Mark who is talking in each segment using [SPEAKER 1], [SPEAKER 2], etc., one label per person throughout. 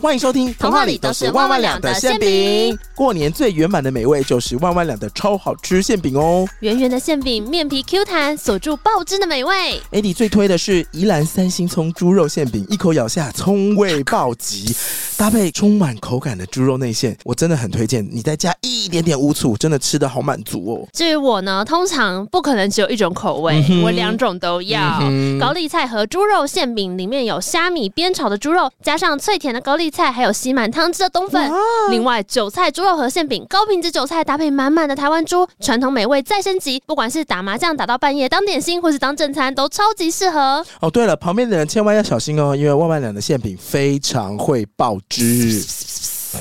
[SPEAKER 1] 欢迎收听《
[SPEAKER 2] 童话里都是万万两的馅饼》。
[SPEAKER 1] 过年最圆满的美味就是万万两的超好吃馅饼哦。
[SPEAKER 2] 圆圆的馅饼，面皮 Q 弹，锁住爆汁的美味。
[SPEAKER 1] Eddie 最推的是宜兰三星葱猪肉馅饼，一口咬下，葱味暴击，搭配充满口感的猪肉内馅，我真的很推荐。你再加一点点乌醋，真的吃的好满足哦。
[SPEAKER 2] 至于我呢，通常不可能只有一种口味，
[SPEAKER 1] 嗯哼
[SPEAKER 2] 我两种都要。
[SPEAKER 1] 嗯哼
[SPEAKER 2] 高丽菜和猪肉馅饼里面有虾米煸炒的猪肉，加上脆甜的高丽菜，还有吸满汤汁的冬粉。另外，韭菜猪肉和馅饼，高品质韭菜搭配满满的台湾猪，传统美味再升级。不管是打麻将打到半夜当点心，或是当正餐，都超级适合。
[SPEAKER 1] 哦，对了，旁边的人千万要小心哦，因为万万两的馅饼非常会爆 汁。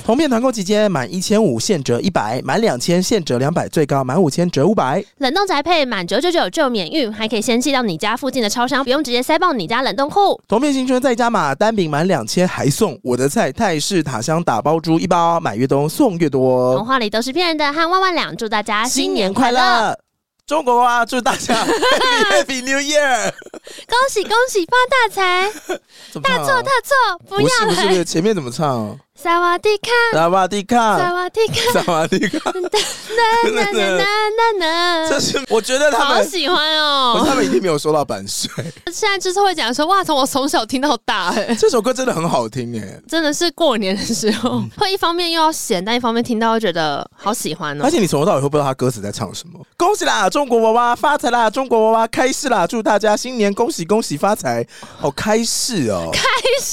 [SPEAKER 1] 同片团购期间，满一千五现折一百，满两千现折两百，最高满五千折五百。
[SPEAKER 2] 冷冻宅配满九九九就免运，还可以先寄到你家附近的超商，不用直接塞爆你家冷冻库。
[SPEAKER 1] 同片新春再加码，单饼满两千还送我的菜泰式塔香打包猪一包，买越多送越
[SPEAKER 2] 童
[SPEAKER 1] 多。
[SPEAKER 2] 话里都是骗人的，和万万两祝大家新年快乐，！
[SPEAKER 1] 中国娃娃祝大 家 Happy Happy New Year！
[SPEAKER 2] 恭喜恭喜发大 财，
[SPEAKER 1] 怎么
[SPEAKER 2] 大
[SPEAKER 1] 唱啊
[SPEAKER 2] 错特错，不
[SPEAKER 1] 不是不
[SPEAKER 2] 要
[SPEAKER 1] 是不
[SPEAKER 2] 来。
[SPEAKER 1] 是，前面怎么唱？
[SPEAKER 2] 萨瓦迪卡，
[SPEAKER 1] 萨瓦迪
[SPEAKER 2] 萨
[SPEAKER 1] 卡，
[SPEAKER 2] 瓦迪卡，
[SPEAKER 1] 萨瓦迪卡，
[SPEAKER 2] 呐呐呐呐
[SPEAKER 1] 这
[SPEAKER 2] 呐，
[SPEAKER 1] 是我觉得他
[SPEAKER 2] 好
[SPEAKER 1] 们
[SPEAKER 2] 喜欢
[SPEAKER 1] 我
[SPEAKER 2] 哦！
[SPEAKER 1] 他们一定没有收到版税。
[SPEAKER 3] 现在就是会讲说，哇，从我从小听到大、 哎，
[SPEAKER 1] 这首歌真的很好听哎，
[SPEAKER 3] 真的是过年的时候，
[SPEAKER 1] 嗯
[SPEAKER 3] 会一方面又要闲，但一方面听到会觉得好喜欢
[SPEAKER 1] 而
[SPEAKER 3] 哦。
[SPEAKER 1] 且你从头到尾会不知道他歌词在唱什么。恭喜啦，中国娃娃发财啦，中国娃娃开市啦，祝大家新年恭喜恭喜发财。哦，开市哦，开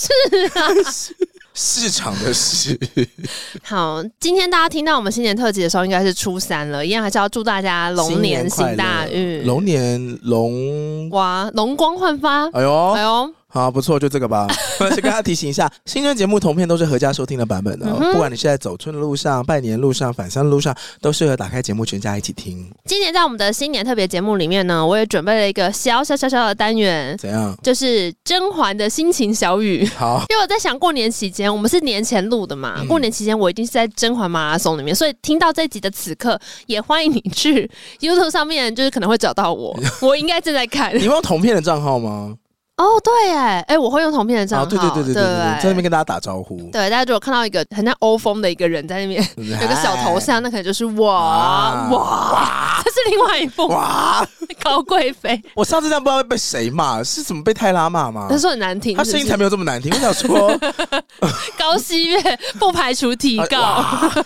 [SPEAKER 1] 市啊，市场的市。
[SPEAKER 3] 好，今天大家听到我们新年特辑的时候，应该是初三了，一样还是要祝大家龙年
[SPEAKER 1] 新快乐
[SPEAKER 3] 行大运，
[SPEAKER 1] 龙年龙。
[SPEAKER 3] 哇，龙光焕发。
[SPEAKER 1] 哎呦，
[SPEAKER 3] 哎呦，
[SPEAKER 1] 好不错，就这个 吧。我先跟大家提醒一下，新春节目同片都是合家收听的版本
[SPEAKER 3] 嗯
[SPEAKER 1] 哦。不管你是在走春的路上、拜年路上、返乡的路上，都适合打开节目全家一起听。
[SPEAKER 3] 今年在我们的新年特别节目里面呢，我也准备了一个小小小小的单元，
[SPEAKER 1] 怎样？
[SPEAKER 3] 就是甄嬛的心情小语。
[SPEAKER 1] 好，
[SPEAKER 3] 因为我在想，过年期间我们是年前录的嘛，过年期间我一定是在甄嬛马拉松里面，所以听到这集的此刻，也欢迎你去 YouTube 上面，就是可能会找到我，我应该正在看。
[SPEAKER 1] 你用同片的账号吗？
[SPEAKER 3] 哦，对，哎，哎，我会用同片的账
[SPEAKER 1] 啊，
[SPEAKER 3] 号，
[SPEAKER 1] 对对对对对对，在那边
[SPEAKER 3] 对。
[SPEAKER 1] 跟大家打招呼。
[SPEAKER 3] 对，大家如果看到一个很像欧风的一个人在那边
[SPEAKER 1] 有
[SPEAKER 3] 有个小头像，那可能就是我
[SPEAKER 1] 啊
[SPEAKER 3] 哇，这是另外一部
[SPEAKER 1] 哇！
[SPEAKER 3] 高贵妃，
[SPEAKER 1] 我上次这样不知道被谁骂，是怎么被泰拉骂吗
[SPEAKER 3] 他？说很难听，
[SPEAKER 1] 啊他声音才没有这么难听。我想说，
[SPEAKER 3] 是不是高熹月不排除提
[SPEAKER 1] 哎
[SPEAKER 3] 告。
[SPEAKER 1] 哇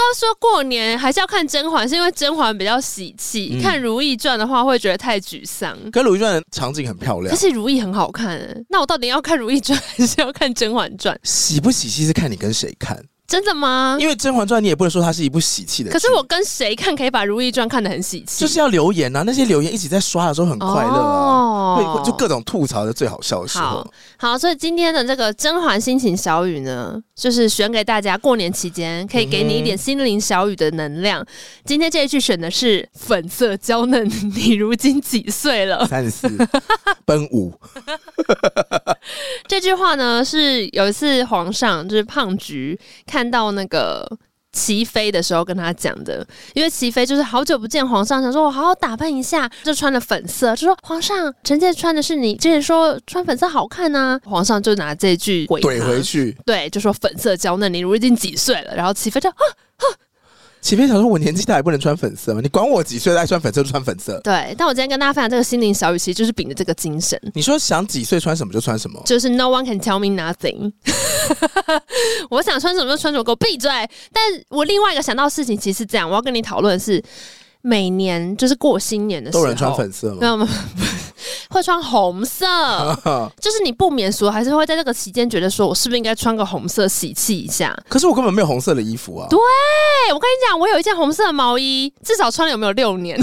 [SPEAKER 3] 刚说过年还是要看甄嬛，是因为甄嬛比较喜气。
[SPEAKER 1] 嗯
[SPEAKER 3] 看《如懿传》的话，会觉得太沮丧。
[SPEAKER 1] 跟《鲁豫传》的场景很漂
[SPEAKER 3] 而
[SPEAKER 1] 亮，
[SPEAKER 3] 且《如懿》很好看、欸，那我到底要看《如懿传》还是要看《甄嬛传》？
[SPEAKER 1] 喜不喜气是看你跟谁看，
[SPEAKER 3] 真的吗？
[SPEAKER 1] 因为《甄嬛传》你也不能说它是一部喜气的剧。
[SPEAKER 3] 嗯可是我跟谁看可以把《如懿传》看得很喜气？
[SPEAKER 1] 就是要留言啊，那些留言一起在刷的时候很快乐啊，会会就各种吐槽的最好笑的时候
[SPEAKER 3] 哦好。好，所以今天的这个甄嬛心情小雨呢，就是选给大家过年期间可以给你一点心灵小雨的能量。今天这一句选的是“粉色娇嫩，你如今几岁了”。
[SPEAKER 1] 三 十四奔五，
[SPEAKER 3] 这句话呢，是有一次皇上就是胖菊看到那个。齐妃的时候跟他讲的，因为齐妃就是好久不见皇上，想说哦我好好打扮一下，就穿了粉色，就说皇上，臣妾穿的是你之前说穿粉色好看呐、皇上就拿这句回
[SPEAKER 1] 怼
[SPEAKER 3] 他
[SPEAKER 1] 回，去。
[SPEAKER 3] 对，啊就说粉色娇嫩，你如今几岁了？然后齐妃就啊，
[SPEAKER 1] 前面想说我年纪大也不能穿粉色吗？你管我几岁爱穿粉色就穿粉色。
[SPEAKER 3] 对。但我今天跟大家分享这个心灵小语，其实就是秉着这个精神，
[SPEAKER 1] 你说想几岁穿什么就穿什么，
[SPEAKER 3] 就是 no one can tell me nothing。我想穿什么就穿什么，给我闭嘴！但我另外一个想到的事情，其实是这样，我要跟你讨论的是，每年就是过新年的时
[SPEAKER 1] 都
[SPEAKER 3] 候，
[SPEAKER 1] 有人穿粉色
[SPEAKER 3] 没
[SPEAKER 1] 吗？
[SPEAKER 3] 有，没有没有 会穿 红色，就是你不免俗，还是会在这个期间觉得说，我是不是应该穿个红色喜气一下？
[SPEAKER 1] 可是我根本没有红色的衣服啊。
[SPEAKER 3] 哎、我跟你讲，我有一件红色的毛衣，至少穿了有没有六年？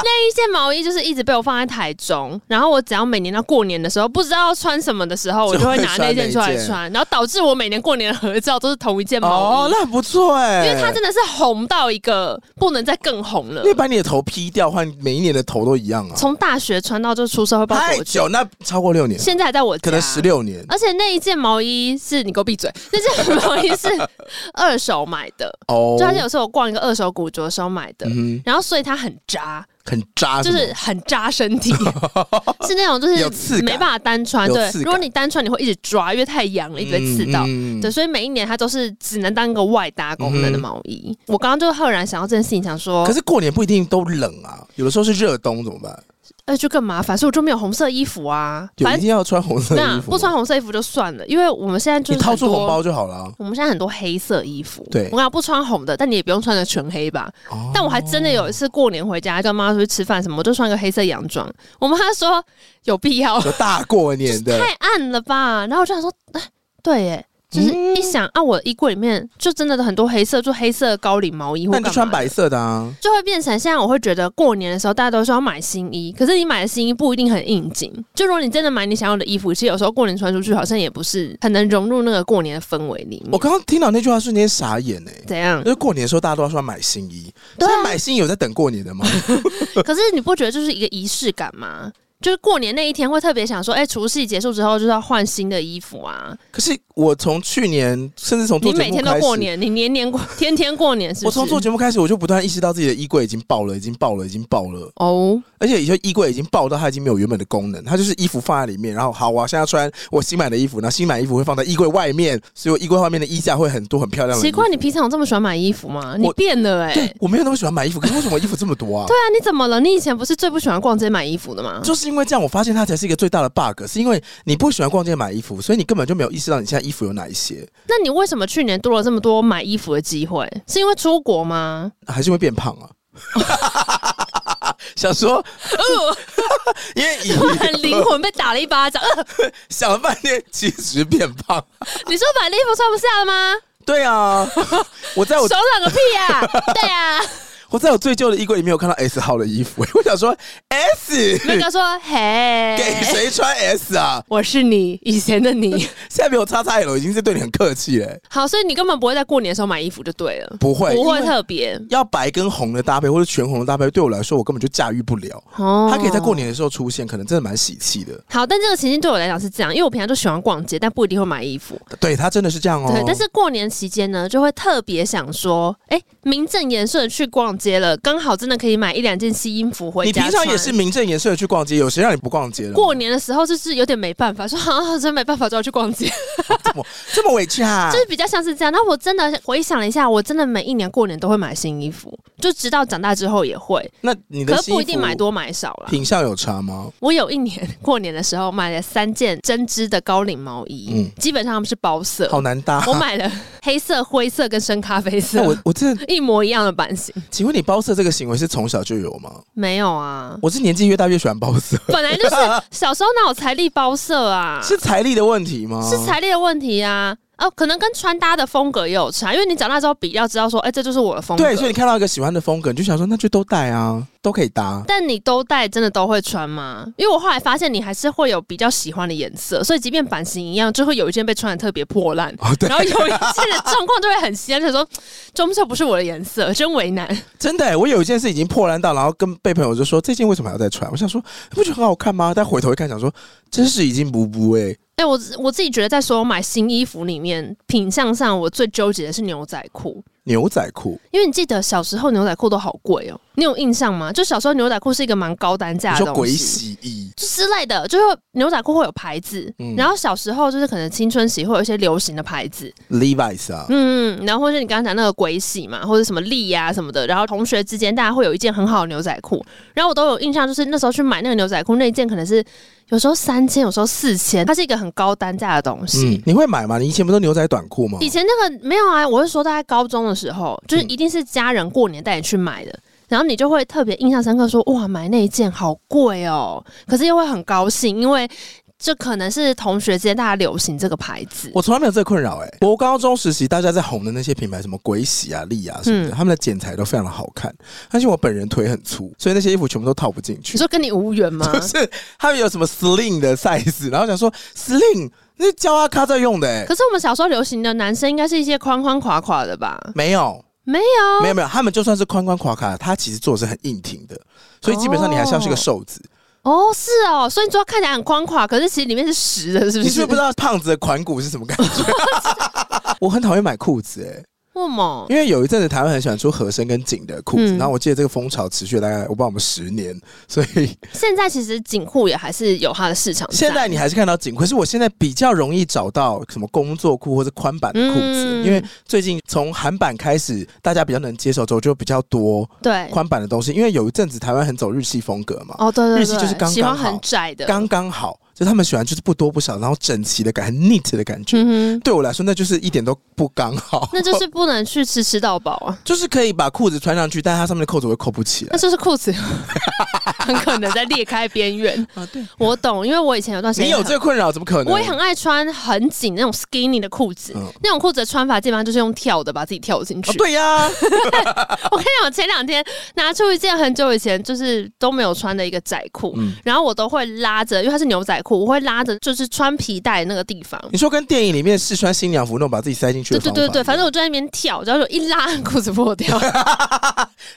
[SPEAKER 3] 那一件毛衣就是一直被我放在台中，然后我只要每年到过年的时候，不知道要穿什么的时候，我
[SPEAKER 1] 就
[SPEAKER 3] 就
[SPEAKER 1] 会
[SPEAKER 3] 会拿
[SPEAKER 1] 穿
[SPEAKER 3] 那
[SPEAKER 1] 那
[SPEAKER 3] 件出来
[SPEAKER 1] 件
[SPEAKER 3] 穿，然后导致我每年过年的合照都是同一件毛
[SPEAKER 1] 哦，
[SPEAKER 3] 衣，
[SPEAKER 1] 那很不错哎、
[SPEAKER 3] 因为它真的是红到一个不能再更红了
[SPEAKER 1] 因。为把你的头劈掉，换每一年的头都一样啊。
[SPEAKER 3] 从大学穿到就啊出社会，不知道
[SPEAKER 1] 太
[SPEAKER 3] 多久，
[SPEAKER 1] 久，那超过六年，
[SPEAKER 3] 现在还在我家
[SPEAKER 1] 可能十。六年。
[SPEAKER 3] 而且那一件毛衣是你给我闭嘴，那件毛衣是 二手买的，
[SPEAKER 1] 哦
[SPEAKER 3] 呃就，而且有时候我逛一个二手古着的时候买的，
[SPEAKER 1] 嗯哼
[SPEAKER 3] 然后所以它很渣，
[SPEAKER 1] 很扎什
[SPEAKER 3] 就
[SPEAKER 1] 啊么，
[SPEAKER 3] 是很扎身 体，是那种就
[SPEAKER 1] 有刺
[SPEAKER 3] 是
[SPEAKER 1] 感
[SPEAKER 3] 没办法单穿。
[SPEAKER 1] 有
[SPEAKER 3] 对，
[SPEAKER 1] 刺感
[SPEAKER 3] 如果你单穿，你会一直抓，因为太痒了，一直被刺到。
[SPEAKER 1] 嗯嗯
[SPEAKER 3] 对，所以每一年它都是只能当一个外搭功能的
[SPEAKER 1] 嗯哼
[SPEAKER 3] 毛衣。我刚刚就赫然想到这件事情，想说
[SPEAKER 1] 可，是过年不一定都冷啊，有的时候是热冬怎么办？
[SPEAKER 3] 呃，就更麻烦，所以我就没有红色衣服啊。
[SPEAKER 1] 有一
[SPEAKER 3] 反正
[SPEAKER 1] 定要穿红色的
[SPEAKER 3] 那啊
[SPEAKER 1] 衣服吗，啊
[SPEAKER 3] 不穿红色衣服就算了，因为我们现在就
[SPEAKER 1] 你
[SPEAKER 3] 是
[SPEAKER 1] 掏
[SPEAKER 3] 很
[SPEAKER 1] 出红
[SPEAKER 3] 多
[SPEAKER 1] 包就好了啊。
[SPEAKER 3] 我们现在很多黑色衣服，
[SPEAKER 1] 对
[SPEAKER 3] 我跟你讲不穿红的，但你也不用穿的全黑吧。
[SPEAKER 1] 哦
[SPEAKER 3] 但我还真的有一次过年回家跟妈出去吃饭什么，我就穿个黑色洋装。我妈说有必要，
[SPEAKER 1] 有大过年的，
[SPEAKER 3] 太暗了吧？然后我就想说，哎，对耶，就是
[SPEAKER 1] 嗯
[SPEAKER 3] 一想、啊，我衣柜里面就真的很多黑色，就黑色高领毛衣或
[SPEAKER 1] 那
[SPEAKER 3] 干
[SPEAKER 1] 你就
[SPEAKER 3] 嘛的
[SPEAKER 1] 穿白色的啊。
[SPEAKER 3] 就会变成现在我会觉得过年的时候大家都说要买新衣，可是你买的新衣不一定很应景。就如果你真的买你想要的衣服，其实有时候过年穿出去好像也不是很能融入那个过年的氛围里面。
[SPEAKER 1] 我刚刚听到那句话瞬间傻眼哎、
[SPEAKER 3] 怎样
[SPEAKER 1] 因？为过年的时候大家都要说买新衣，
[SPEAKER 3] 嗯对
[SPEAKER 1] 所
[SPEAKER 3] 啊
[SPEAKER 1] 以买新衣有在等过年的吗？
[SPEAKER 3] 可是你不觉得就是一个仪式感吗？就是过年那一天会特别想说，哎、除夕结束之后就是要换新的衣服啊！
[SPEAKER 1] 可是我从去年甚至从做
[SPEAKER 3] 你
[SPEAKER 1] 节目
[SPEAKER 3] 每天都
[SPEAKER 1] 开始
[SPEAKER 3] 过年，你年 年过，天天过年是不
[SPEAKER 1] 我
[SPEAKER 3] 是？
[SPEAKER 1] 从做节目开始，我就不断意识到自己的衣柜已经爆了，已经爆了，已经爆了，
[SPEAKER 3] 哦，
[SPEAKER 1] 而且以前衣柜已经爆到它已经没有原本的功能，它就是衣服放在里面，然后好，我现在要穿我新买的衣服，然后新买的衣服会放在衣柜外面，所以我衣柜外面的衣架会很多很漂亮的衣服。
[SPEAKER 3] 奇怪，你平常有这么喜欢买衣服吗？你
[SPEAKER 1] 我
[SPEAKER 3] 变了哎、
[SPEAKER 1] 对，我没有那么喜欢买衣服，可是为什么我衣服这么多啊？
[SPEAKER 3] 对啊，你怎么了？你以前不是最不喜欢逛街买衣服的吗？
[SPEAKER 1] 就是因为这样，我发现它才是一个最大的 bug，是因为你不喜欢逛街买衣服，所以你根本就没有意识到你现在衣服有哪一些，
[SPEAKER 3] 那你为什么去年多了这么多买衣服的机会？是因为出 国吗？
[SPEAKER 1] 还是会变胖啊。 想说，因为以
[SPEAKER 3] 我很哦灵魂被打了一巴 掌。呃
[SPEAKER 1] 想了半天，其实变胖。
[SPEAKER 3] 你说买的衣服穿不下了吗？
[SPEAKER 1] 对啊， 我在我
[SPEAKER 3] 爽朗个屁呀、 对啊，
[SPEAKER 1] 我在我最旧的衣柜里面有看到 S 号的衣服， 我想说 S
[SPEAKER 3] 那个说
[SPEAKER 1] 给
[SPEAKER 3] 嘿，
[SPEAKER 1] 谁穿 S 啊？
[SPEAKER 3] 我是你以前的你。
[SPEAKER 1] 现在没有叉叉 L 已经是对你很客气嘞、
[SPEAKER 3] 好，所以你根本不会在过年的时候买衣服就对了，
[SPEAKER 1] 不会
[SPEAKER 3] 不会
[SPEAKER 1] 因为
[SPEAKER 3] 特别
[SPEAKER 1] 要白跟红的搭配或者全红的搭配，对我来说我根本就驾驭不了。
[SPEAKER 3] 哦
[SPEAKER 1] 它可以在过。年的时候出现，可能真的蛮喜气的。
[SPEAKER 3] 好，但这个情境对我来讲是这样，因为我平常就喜欢逛街，但不一定会买衣服。
[SPEAKER 1] 对，它真的是这样哦。
[SPEAKER 3] 对，但是过年期间呢，就会特别想说，哎，名正言顺地去逛街了，刚好真的可以买一两件新衣服回
[SPEAKER 1] 你
[SPEAKER 3] 家
[SPEAKER 1] 平
[SPEAKER 3] 穿。
[SPEAKER 1] 常也是名正言顺的去逛街，有谁让你不逛街了？
[SPEAKER 3] 过年的时候，就是有点没办法，说 啊，真没办法，就要去 逛街，
[SPEAKER 1] 这么委屈啊？
[SPEAKER 3] 就是比较像是这样。那我真的回想了一下，我真的每一年过年都会买新衣服，就直到长大之后也会，
[SPEAKER 1] 那你的
[SPEAKER 3] 可是
[SPEAKER 1] 新衣
[SPEAKER 3] 不
[SPEAKER 1] 服
[SPEAKER 3] 一定买多买少啦。
[SPEAKER 1] 品相有差吗？
[SPEAKER 3] 我有一年过年的时候买了三件针织的高领毛衣，
[SPEAKER 1] 嗯
[SPEAKER 3] 基本上它们是包色。
[SPEAKER 1] 好难搭。
[SPEAKER 3] 呃我买 了黑色、灰色跟深咖啡色
[SPEAKER 1] 那，我我真的，
[SPEAKER 3] 一模一样的版型。
[SPEAKER 1] 请问你包色这个行为是从小就有吗？
[SPEAKER 3] 没有啊，
[SPEAKER 1] 我是年纪越大越喜欢包 色，
[SPEAKER 3] 本来就是小时候哪有财力包色啊？
[SPEAKER 1] 是财力的问题吗？
[SPEAKER 3] 是财力的问题啊。哦，可能跟穿搭的风格也有差，因为你长大之后比较知道说，哎、这就是我的风格。
[SPEAKER 1] 对，所以你看到一个喜欢的风格，你就想说那就都带啊，都可以搭。
[SPEAKER 3] 但你都戴真的都会穿吗？因为我后来发现你还是会有比较喜欢的颜色，所以即便版型一样，就会有一件被穿的特别破烂，
[SPEAKER 1] 哦，对
[SPEAKER 3] 然，后有一件的状况就会很稀罕，就说终究不是我的颜色， 真为难。
[SPEAKER 1] 真的耶，我有一件事已经破烂到，然后跟被朋友就说这件为什么还要再穿？我想说哎不觉得很好看吗？但回头一看，想说真是已经不不哎，
[SPEAKER 3] 哎、我我自己觉得，在所有买新衣服里面，品相上我最纠结的是牛仔裤，
[SPEAKER 1] 牛仔裤，
[SPEAKER 3] 因为你记得小时候牛仔裤都好贵哦、你有印象吗？就小时候牛仔裤是一个蛮高单
[SPEAKER 1] 你
[SPEAKER 3] 价的
[SPEAKER 1] 说
[SPEAKER 3] 东
[SPEAKER 1] 鬼
[SPEAKER 3] 西。
[SPEAKER 1] 洗衣，
[SPEAKER 3] 就之类的，就是牛仔裤会有牌子，
[SPEAKER 1] 嗯
[SPEAKER 3] 然后小时候就是可能青春期会有一些流行的牌子，
[SPEAKER 1] Levi's 啊，
[SPEAKER 3] 嗯，然后或者你刚刚讲那个鬼洗嘛，或者什么力呀、什么的，然后同学之间大家会有一件很好的牛仔裤，然后我都有印象，就是那时候去买那个牛仔裤，那一件可能是有时候三千，有时候四千，它是一个很高单价的东西。
[SPEAKER 1] 嗯，你会买吗？你以前不都牛仔短裤吗？
[SPEAKER 3] 以前那个没有啊，我是说大概高中的时候，就是
[SPEAKER 1] 嗯
[SPEAKER 3] 一定是家人过年带你去买的。然后你就会特别印象深刻说，哇，买那一件好贵哦，可是又会很高兴，因为这可能是同学之间大家流行这个牌子。
[SPEAKER 1] 我从来没有这个困扰哎、我高中时期大家在红的那些品牌，什么鬼洗啊、力啊什么的，
[SPEAKER 3] 嗯
[SPEAKER 1] 他们的剪裁都非常的好看。而且我本人腿很粗，所以那些衣服全部都套不进去。
[SPEAKER 3] 你说跟你无 缘吗？
[SPEAKER 1] 就是他们有什么 sling 的 size，然后想说 sling 那胶阿咖在用的哎、
[SPEAKER 3] 可是我们小时候流行的男生应该是一些宽宽垮垮的吧？
[SPEAKER 1] 没有。
[SPEAKER 3] 没有，
[SPEAKER 1] 没有没有，他们就算是宽宽垮垮，它其实做的是很硬挺的，所以基本上你还像是个瘦子。
[SPEAKER 3] 哦，是哦，所以你说看起来很宽垮，可是其实里面是实的，是不是？
[SPEAKER 1] 你是不是不知道胖子的髋骨是什么感觉？我很讨厌买裤子哎、
[SPEAKER 3] 道？为什么？
[SPEAKER 1] 因为有一阵子台湾很喜欢出合身跟紧的裤子，
[SPEAKER 3] 嗯
[SPEAKER 1] 然后我记得这个风潮持续了大概我帮我们十年，所以
[SPEAKER 3] 现在其实紧裤也还是有它的市场在。
[SPEAKER 1] 现在你还是看到紧，可是我现在比较容易找到什么工作裤或者宽版的裤子，
[SPEAKER 3] 嗯
[SPEAKER 1] 因为最近从韩版开始，大家比较能接受之后，就比较多
[SPEAKER 3] 对，
[SPEAKER 1] 宽版的东西。因为有一阵子台湾很走日系风格嘛，
[SPEAKER 3] 哦对对对，
[SPEAKER 1] 日系就是刚刚好
[SPEAKER 3] 喜欢很窄的，
[SPEAKER 1] 刚刚好，就他们喜欢就是不多不少，然后整齐的感觉，很 neat 的感觉。
[SPEAKER 3] 嗯哼，
[SPEAKER 1] 对我来说，那就是一点都不刚好，
[SPEAKER 3] 那就是不能去吃吃到饱 啊，
[SPEAKER 1] 就是可以把裤子穿上去，但它上面的扣子会扣不起来
[SPEAKER 3] 那。就是裤子 很可能在裂开边缘。
[SPEAKER 1] 啊，对，
[SPEAKER 3] 我懂，因为我以前有段时间
[SPEAKER 1] 你有
[SPEAKER 3] 很
[SPEAKER 1] 这个困扰，怎么可能？
[SPEAKER 3] 啊我也很爱穿很紧那种 skinny 的裤子，
[SPEAKER 1] 嗯
[SPEAKER 3] 那种裤子的穿法基本上就是用跳的把自己跳进去。
[SPEAKER 1] 哦，对呀，
[SPEAKER 3] 我跟你讲，前两天拿出一件很久以前就是都没有穿的一个窄裤，
[SPEAKER 1] 嗯
[SPEAKER 3] 然后我都会拉着，因为它是牛仔裤，我会拉着就是穿皮带那个地方。
[SPEAKER 1] 你说跟电影里面试穿新娘服那种把自己塞进去
[SPEAKER 3] 对
[SPEAKER 1] 的
[SPEAKER 3] 对
[SPEAKER 1] 方法，
[SPEAKER 3] 对对，反正我就在那边跳，然后就一拉裤子破 掉，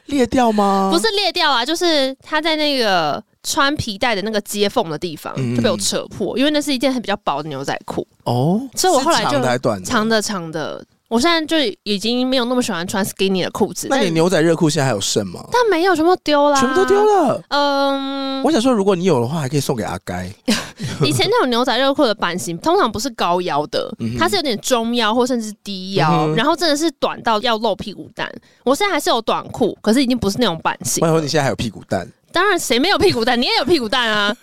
[SPEAKER 1] 裂掉吗？
[SPEAKER 3] 不是裂掉啊，就是它在那个穿皮带的那个接缝的地方
[SPEAKER 1] 嗯
[SPEAKER 3] 就被我扯破，因为那是一件很比较薄的牛仔裤，
[SPEAKER 1] 哦，
[SPEAKER 3] 所以我后来
[SPEAKER 1] 是
[SPEAKER 3] 就
[SPEAKER 1] 长的还短的。
[SPEAKER 3] 长的长的。我现在就已经没有那么喜欢穿 skinny 的裤子，
[SPEAKER 1] 那
[SPEAKER 3] 但
[SPEAKER 1] 你牛仔热裤现在还有剩吗？
[SPEAKER 3] 但没有，全部都丢啦，
[SPEAKER 1] 全部都丢。了。
[SPEAKER 3] 啊嗯，
[SPEAKER 1] 我想说，如果你有的话，还可以送给阿该。
[SPEAKER 3] 以前那种牛仔热裤的版型，通常不是高腰的
[SPEAKER 1] 嗯哼，
[SPEAKER 3] 它是有点中腰或甚至低腰，
[SPEAKER 1] 嗯哼
[SPEAKER 3] 然后真的是短到要露屁股蛋。我现在还是有短裤，可是已经不是那种版型
[SPEAKER 1] 我。想说，你现在还有屁股蛋，
[SPEAKER 3] 当然，谁没有屁股蛋？你也有屁股 蛋啊！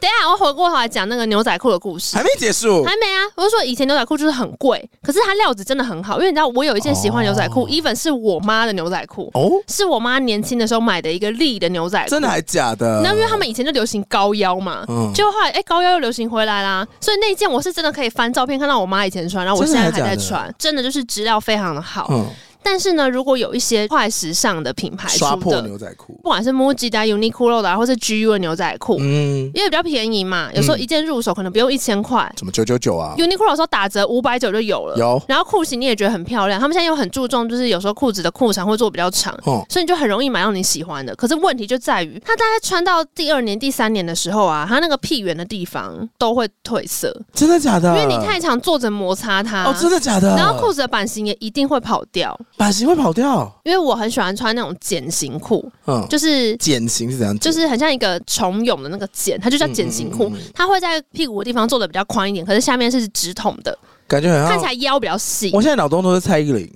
[SPEAKER 3] 等一下，我回过头来讲那个牛仔裤的故事
[SPEAKER 1] 还。没结束
[SPEAKER 3] 还。没啊！我就说以前牛仔裤就是很贵，可是它料子真的很好，因为你知道我有一件喜欢的牛仔裤、
[SPEAKER 1] 哦
[SPEAKER 3] e v e n 是我妈的牛仔裤，
[SPEAKER 1] 哦，
[SPEAKER 3] 是我妈年轻的时候买的一个丽的牛仔裤，
[SPEAKER 1] 真的还假的？
[SPEAKER 3] 那因为他们以前就流行高腰嘛，
[SPEAKER 1] 嗯
[SPEAKER 3] 就后来哎、高腰又流行回来啦，所以那一件我是真的可以翻照片看到我妈以前穿，然后我现在还
[SPEAKER 1] 真的还
[SPEAKER 3] 在
[SPEAKER 1] 假的
[SPEAKER 3] 穿，真的就是质量非常的好。
[SPEAKER 1] 嗯，
[SPEAKER 3] 但是呢，如果有一些快时尚的品牌
[SPEAKER 1] 刷
[SPEAKER 3] 出
[SPEAKER 1] 破
[SPEAKER 3] 的，
[SPEAKER 1] 牛仔裤
[SPEAKER 3] 不。管是 MUJI 的、啊、Uniqlo 的、啊，或是 GU 的牛仔裤，
[SPEAKER 1] 嗯，
[SPEAKER 3] 因为比较便宜嘛，有时候
[SPEAKER 1] 嗯
[SPEAKER 3] 一件入手可能不用一千块、
[SPEAKER 1] 什么九九九啊？
[SPEAKER 3] u n i q l o 有时候打折五百九就有了。
[SPEAKER 1] 有，
[SPEAKER 3] 然后裤型你也觉得很漂亮，他们现在又很注重，就是有时候裤子的裤长会做比较长，
[SPEAKER 1] 嗯，
[SPEAKER 3] 所以你就很容易买到你喜欢的。可是问题就在于，它大概穿到第二年、第三年的时候啊，它那个屁缘的地方都会褪色，
[SPEAKER 1] 真的假的？
[SPEAKER 3] 因为你太常坐着摩擦它。
[SPEAKER 1] 哦，真的假的？
[SPEAKER 3] 啊然后裤子的版型也一定会跑掉，
[SPEAKER 1] 版型会跑掉。
[SPEAKER 3] 因为我很喜欢穿那种茧型裤，
[SPEAKER 1] 嗯，
[SPEAKER 3] 就是。
[SPEAKER 1] 减型是怎样？
[SPEAKER 3] 就是很像一个虫蛹的那个茧，它就叫茧型裤
[SPEAKER 1] 嗯嗯嗯嗯，
[SPEAKER 3] 它会在屁股的地方做的比较宽一点，可是下面是直筒的，
[SPEAKER 1] 感觉很像
[SPEAKER 3] 看起来腰比较细
[SPEAKER 1] 啊我。现在脑中都是蔡依林，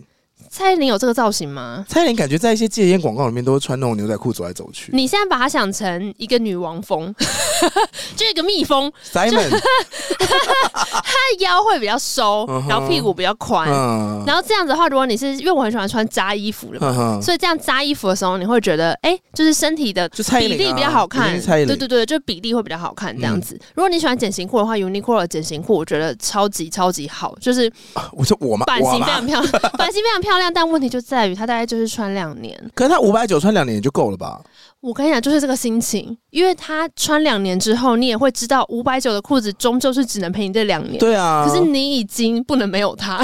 [SPEAKER 3] 蔡依林有这个造型吗？
[SPEAKER 1] 蔡依林感觉在一些戒烟广告里面都是穿那种牛仔裤走来走去。
[SPEAKER 3] 你现在把它想成一个女王风， 就一个蜜蜂，
[SPEAKER 1] Simon，
[SPEAKER 3] 腰会比较收
[SPEAKER 1] 嗯，哼
[SPEAKER 3] 然后屁股比较宽。
[SPEAKER 1] 嗯，
[SPEAKER 3] 然后这样子的话，如果你是因为我很喜欢穿扎衣服的嘛，
[SPEAKER 1] 嗯哼
[SPEAKER 3] 所以这样扎衣服的时候，你会觉得哎、诶就是身体的
[SPEAKER 1] 就蔡依
[SPEAKER 3] 比
[SPEAKER 1] 林啊
[SPEAKER 3] 例比较好
[SPEAKER 1] 一
[SPEAKER 3] 看，
[SPEAKER 1] 定是蔡依林
[SPEAKER 3] 对对对，就比例会比较好看这样子。嗯如果你喜欢减型裤的话，Uniqlo 的减型裤我觉得超级超级好，就是
[SPEAKER 1] 我说我嘛，
[SPEAKER 3] 版
[SPEAKER 1] 我
[SPEAKER 3] 型
[SPEAKER 1] 嘛
[SPEAKER 3] 非常漂 亮，版型非常漂亮，但问题就在于它大概就是穿两年。
[SPEAKER 1] 可是他五百九穿两年也就够了吧？
[SPEAKER 3] 我跟你讲，就是这个心情，因为它穿两年之后，你也会知道五百九的裤子终究是只能陪你这两年。
[SPEAKER 1] 对啊，
[SPEAKER 3] 可是你已经不能没有它，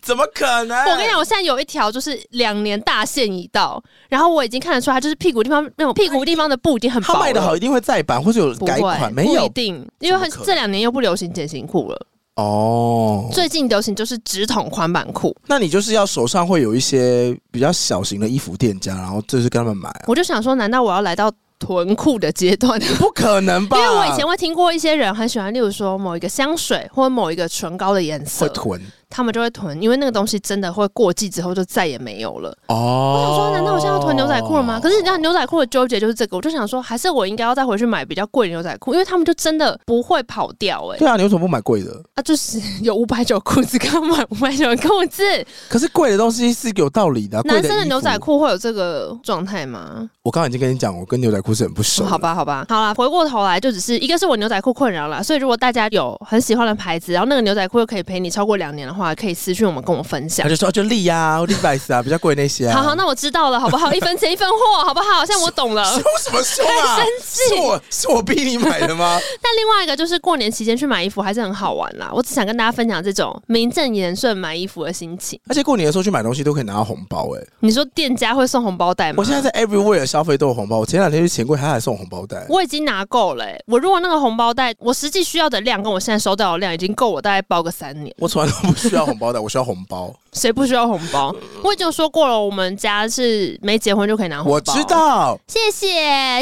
[SPEAKER 1] 怎么可能？
[SPEAKER 3] 我跟你讲，我现在有一条就是两年大限已到，然后我已经看得出来，就是屁股地方那种屁股地方的布已经很薄
[SPEAKER 1] 他
[SPEAKER 3] 了。
[SPEAKER 1] 卖的好一定会再版或者有
[SPEAKER 3] 不
[SPEAKER 1] 改
[SPEAKER 3] 会，
[SPEAKER 1] 款，没
[SPEAKER 3] 不
[SPEAKER 1] 有
[SPEAKER 3] 一定，因为很
[SPEAKER 1] 怎么可能
[SPEAKER 3] 这两年又不流行减型裤了，
[SPEAKER 1] 哦。
[SPEAKER 3] 最近流行就是直筒宽版裤。
[SPEAKER 1] 那你就是要手上会有一些比较小型的衣服店家，然后就是跟他们买啊？
[SPEAKER 3] 我就想说，难道我要来到臀裤的阶 段？因
[SPEAKER 1] 不可能吧？
[SPEAKER 3] 为我以前会听过一些人很喜欢，例如说某一个香水或某一个唇膏的颜
[SPEAKER 1] 会
[SPEAKER 3] 色，
[SPEAKER 1] 囤
[SPEAKER 3] 他们就会囤，因为那个东西真的会过季之后就再也没有了。
[SPEAKER 1] 哦。
[SPEAKER 3] 我想说，难道我现在要囤牛仔裤了吗？可是你知道牛仔裤的纠结就是这个，我就想说，还是我应该要再回去买比较贵的牛仔裤，因为他们就真的不会跑掉哎、欸
[SPEAKER 1] 对啊，你为什么不买贵的？
[SPEAKER 3] 啊，就是有五百九裤子，刚买五百九的裤子，
[SPEAKER 1] 可是 贵的东西是有道理的啊、贵
[SPEAKER 3] 男生的
[SPEAKER 1] 衣服
[SPEAKER 3] 牛仔，裤会有这个状态吗？
[SPEAKER 1] 我刚刚已经跟你讲，我跟牛仔裤是很不熟。
[SPEAKER 3] 好，吧，好吧，好啦，回过头来就只是一个是我牛仔裤困扰啦，所以如果大家有很喜欢的牌子，然后那个牛仔裤又可以陪你超过两年的话，可以私讯我们跟我分享
[SPEAKER 1] 他。就说哦就利呀、啊、，Levi's 啊，比较 贵那些啊。
[SPEAKER 3] 好好，那我知道了，好不好？一分钱一分货，好不好？像我懂了。
[SPEAKER 1] 凶什么凶啊？
[SPEAKER 3] 太生
[SPEAKER 1] 是
[SPEAKER 3] 气
[SPEAKER 1] 我是我逼你买的 吗？
[SPEAKER 3] 但另外一个就是过年期间去买衣服还是很好玩啦。我只想跟大家分享这种名正言顺买衣服的心情。
[SPEAKER 1] 而且过年的时候去买东西都可以拿到红包哎、
[SPEAKER 3] 你说店家会送红包袋吗？
[SPEAKER 1] 我现在在 everywhere 消费都有红包，我前两天去钱柜他还送红包袋。
[SPEAKER 3] 我已经拿够了、欸。我如果那个红包袋，我实际需要的量跟我现在收到的量已经够我大概包个三年。
[SPEAKER 1] 我从来都不需需要红包的，我需要红 包。
[SPEAKER 3] 谁不需要红
[SPEAKER 1] 呃
[SPEAKER 3] 包？我已经说过了，我们家是没结婚就可以拿红包。
[SPEAKER 1] 我知，道，
[SPEAKER 3] 谢谢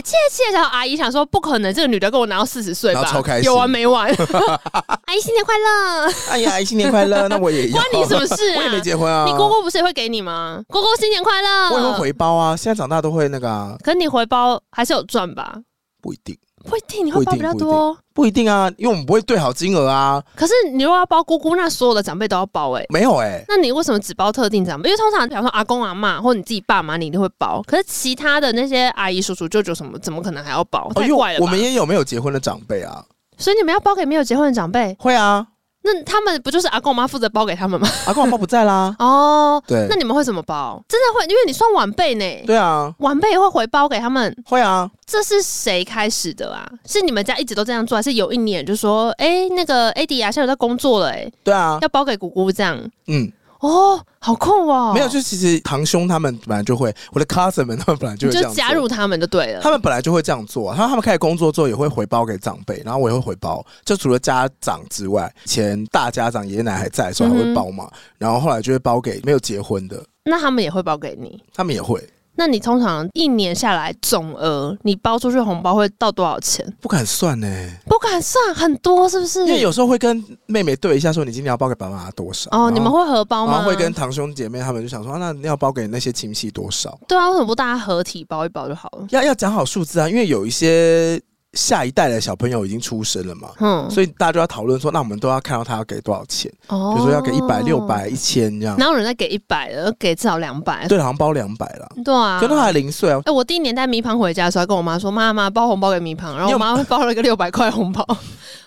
[SPEAKER 3] 谢谢。然后阿姨想说，不可能，这个女的跟我拿到四十岁吧
[SPEAKER 1] 然后超开，心
[SPEAKER 3] 有完没 完？
[SPEAKER 2] 阿姨新年快乐！
[SPEAKER 1] 哎呀，新年快乐！那我也要
[SPEAKER 3] 关你什么事啊
[SPEAKER 1] 我也没结婚啊。
[SPEAKER 3] 你姑姑不是也会给你吗？姑姑新年快乐！
[SPEAKER 1] 我也会回包啊。现在长大都会那个、啊，
[SPEAKER 3] 可你回包还是有赚吧？
[SPEAKER 1] 不一定，
[SPEAKER 3] 不一定，你会包比较
[SPEAKER 1] 不一定不
[SPEAKER 3] 多。
[SPEAKER 1] 不一定啊，因为我们不会对好金额啊。
[SPEAKER 3] 可是你如果要包姑姑，那所有的长辈都要包哎、
[SPEAKER 1] 没有哎、
[SPEAKER 3] 那你为什么只包特定长辈？因为通常，比方说阿公阿妈或你自己爸妈，你一定会包。可是其他的那些阿姨、叔叔、舅舅什么，怎么可能还要包？
[SPEAKER 1] 哦，
[SPEAKER 3] 太
[SPEAKER 1] 因
[SPEAKER 3] 怪
[SPEAKER 1] 为
[SPEAKER 3] 了吧！
[SPEAKER 1] 我们也有没有结婚的长辈啊，
[SPEAKER 3] 所以你们要包给没有结婚的长辈，
[SPEAKER 1] 会啊，
[SPEAKER 3] 那他们不就是阿公阿妈负责包给他 们吗？。
[SPEAKER 1] 阿公阿妈不在啦
[SPEAKER 3] 哦，
[SPEAKER 1] 对
[SPEAKER 3] 那，你们会怎么包？真的会，因为你算晚辈呢，
[SPEAKER 1] 对啊，
[SPEAKER 3] 晚辈也会回包给他们。
[SPEAKER 1] 会啊，
[SPEAKER 3] 这是谁开始的啊？是你们家一直都这样做，还是有一年就说，哎、那个 AD 啊，现在有在工作了、哎，
[SPEAKER 1] 对啊，
[SPEAKER 3] 要包给姑姑这样？
[SPEAKER 1] 嗯，
[SPEAKER 3] 哦，好酷哦！
[SPEAKER 1] 没有，就其实堂兄他们本来就会，我的 cousin 们他们本来就
[SPEAKER 3] 你
[SPEAKER 1] 会这样做
[SPEAKER 3] 就加入他们就对了。
[SPEAKER 1] 他们本来就会这样做、啊，然后他们开始工作之后也会回包给长辈，然后我也会回包。就除了家长之外，以前大家长爷爷奶奶还在的
[SPEAKER 3] 嗯
[SPEAKER 1] 时候还会包嘛，然后后来就会包给没有结婚的，
[SPEAKER 3] 那他们也会包给你。
[SPEAKER 1] 他们也会
[SPEAKER 3] 那你通常一年下来总额，你包出去红包会到多少钱？
[SPEAKER 1] 不敢算呢、
[SPEAKER 3] 不敢算，很多是不是？
[SPEAKER 1] 因为有时候会跟妹妹对一下，说你今天要包给爸妈多少。
[SPEAKER 3] 哦，你们
[SPEAKER 1] 会
[SPEAKER 3] 会合包
[SPEAKER 1] 然
[SPEAKER 3] 吗？
[SPEAKER 1] 后会跟堂兄姐妹他们就想说，啊、那你要包给那些亲戚多少？
[SPEAKER 3] 对啊，为什么不大家合体包一包就好了？
[SPEAKER 1] 要要讲好数字啊，因为有一些下一代的小朋友已经出生了嘛。
[SPEAKER 3] 嗯，
[SPEAKER 1] 所以大家就要讨论说，那我们都要看到他要给多少钱，比
[SPEAKER 3] 哦
[SPEAKER 1] 如说要给一百、六，百、一千这样。
[SPEAKER 3] 哪有人再给一百的？给至少两百。
[SPEAKER 1] 对，好像包两百了，
[SPEAKER 3] 对啊，
[SPEAKER 1] 可那还零 碎啊。
[SPEAKER 3] 哎、我第一年带米胖回家的时候，还跟我妈说：“妈妈包红包给米胖。”然后我妈包了一个六百块红包。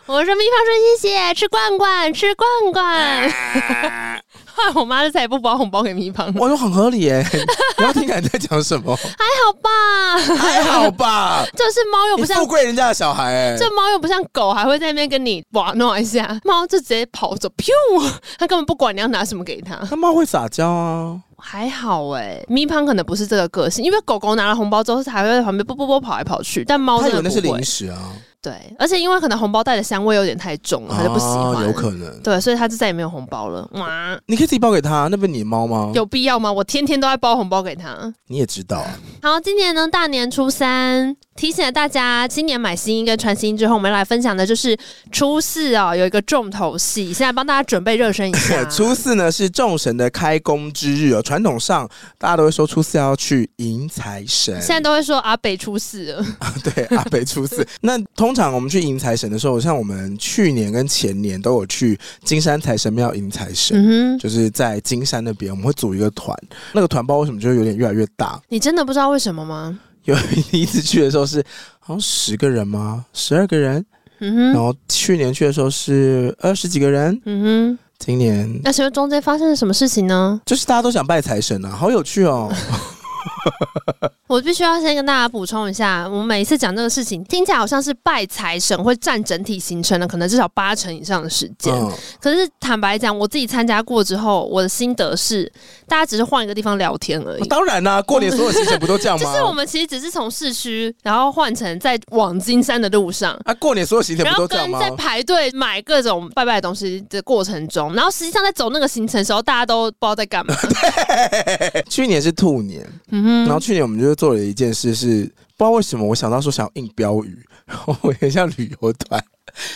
[SPEAKER 2] 我说蜜胖说谢谢，吃罐罐，吃罐罐。
[SPEAKER 3] 后来我妈就再也不包红包给米胖了。
[SPEAKER 1] 我说很合理 耶、你要听看你在讲什么？
[SPEAKER 3] 哎好吧，
[SPEAKER 1] 还好吧，
[SPEAKER 3] 就是猫又
[SPEAKER 1] 你
[SPEAKER 3] 不像
[SPEAKER 1] 富贵人家的小孩哎、
[SPEAKER 3] 这猫又不像狗，还会在那边跟你玩弄一下，猫就直接跑走，噗！ 它根本不管你要拿什么给它。
[SPEAKER 1] 他妈会撒娇啊，
[SPEAKER 3] 还好哎、咪胖可能不是这个个性，因为狗狗拿了红包之后，它还会在旁边啵啵啵跑来跑去，但猫
[SPEAKER 1] 他
[SPEAKER 3] 哦真
[SPEAKER 1] 以为
[SPEAKER 3] 的
[SPEAKER 1] 那是
[SPEAKER 3] 不会
[SPEAKER 1] 零。食啊，
[SPEAKER 3] 对，而且因为可能红包袋的香味有点太重了，它就不喜
[SPEAKER 1] 啊
[SPEAKER 3] 欢。
[SPEAKER 1] 有可能。哦
[SPEAKER 3] 对，所以它就再也没有红包了。哇，
[SPEAKER 1] 你可以自己包给他，那不是你的猫吗？
[SPEAKER 3] 有必要吗？我天天都在包红包给他。
[SPEAKER 1] 你也知道啊，
[SPEAKER 2] 好，今年呢大年初三，
[SPEAKER 3] 提醒了大家，今年买新衣跟穿新衣之后，我们来分享的就是初四哦，有一个重头戏，现在帮大家准备热身一下。
[SPEAKER 1] 初四呢是众神的开工之日哦，传统上大家都会说初四要去迎财神，
[SPEAKER 3] 现在都会说阿北出事了，
[SPEAKER 1] 对，阿北初四。那通常我们去迎财神的时候，像我们去年跟前年都有去金山财神庙迎财神。
[SPEAKER 3] 嗯哼，
[SPEAKER 1] 就是在金山那边，我们会组一个团，那个团包为什么就有点越来越大？
[SPEAKER 3] 你真的不知道为什么吗？
[SPEAKER 1] 有第一次去的时候是好像十个人吗？十二个人，
[SPEAKER 3] 嗯
[SPEAKER 1] 然
[SPEAKER 3] 哼，
[SPEAKER 1] 后去年去的时候是二十几个人，
[SPEAKER 3] 嗯哼，
[SPEAKER 1] 今年
[SPEAKER 3] 那请问中间发生了什么事情呢？
[SPEAKER 1] 就是大家都想拜财神啊，好有趣哦！
[SPEAKER 3] 我必须要先跟大家补充一下，我们每一次讲这个事情，听起来好像是拜财神会占整体行程的，可能至少八成以上的时间。
[SPEAKER 1] 嗯，
[SPEAKER 3] 可是坦白讲，我自己参加过之后，我的心得是，大家只是换一个地方聊天而已。
[SPEAKER 1] 哦当然啦、过年所有行程不都这样
[SPEAKER 3] 就
[SPEAKER 1] 吗？
[SPEAKER 3] 是我们其实只是从市区，然后换成在往金山的路上，
[SPEAKER 1] 啊，过年所有行程
[SPEAKER 3] 然
[SPEAKER 1] 不
[SPEAKER 3] 后
[SPEAKER 1] 都这样
[SPEAKER 3] 跟
[SPEAKER 1] 吗？
[SPEAKER 3] 在排队买各种拜拜的东西的过程中，然后实际上在走那个行程的时候，大家都不知道在 干嘛。
[SPEAKER 1] 哎去年是兔年，
[SPEAKER 3] 嗯
[SPEAKER 1] 然后
[SPEAKER 3] 哼，
[SPEAKER 1] 去年我们就做了一件事是，不知道为什么我想到说想要印标语，然后我很像旅游团，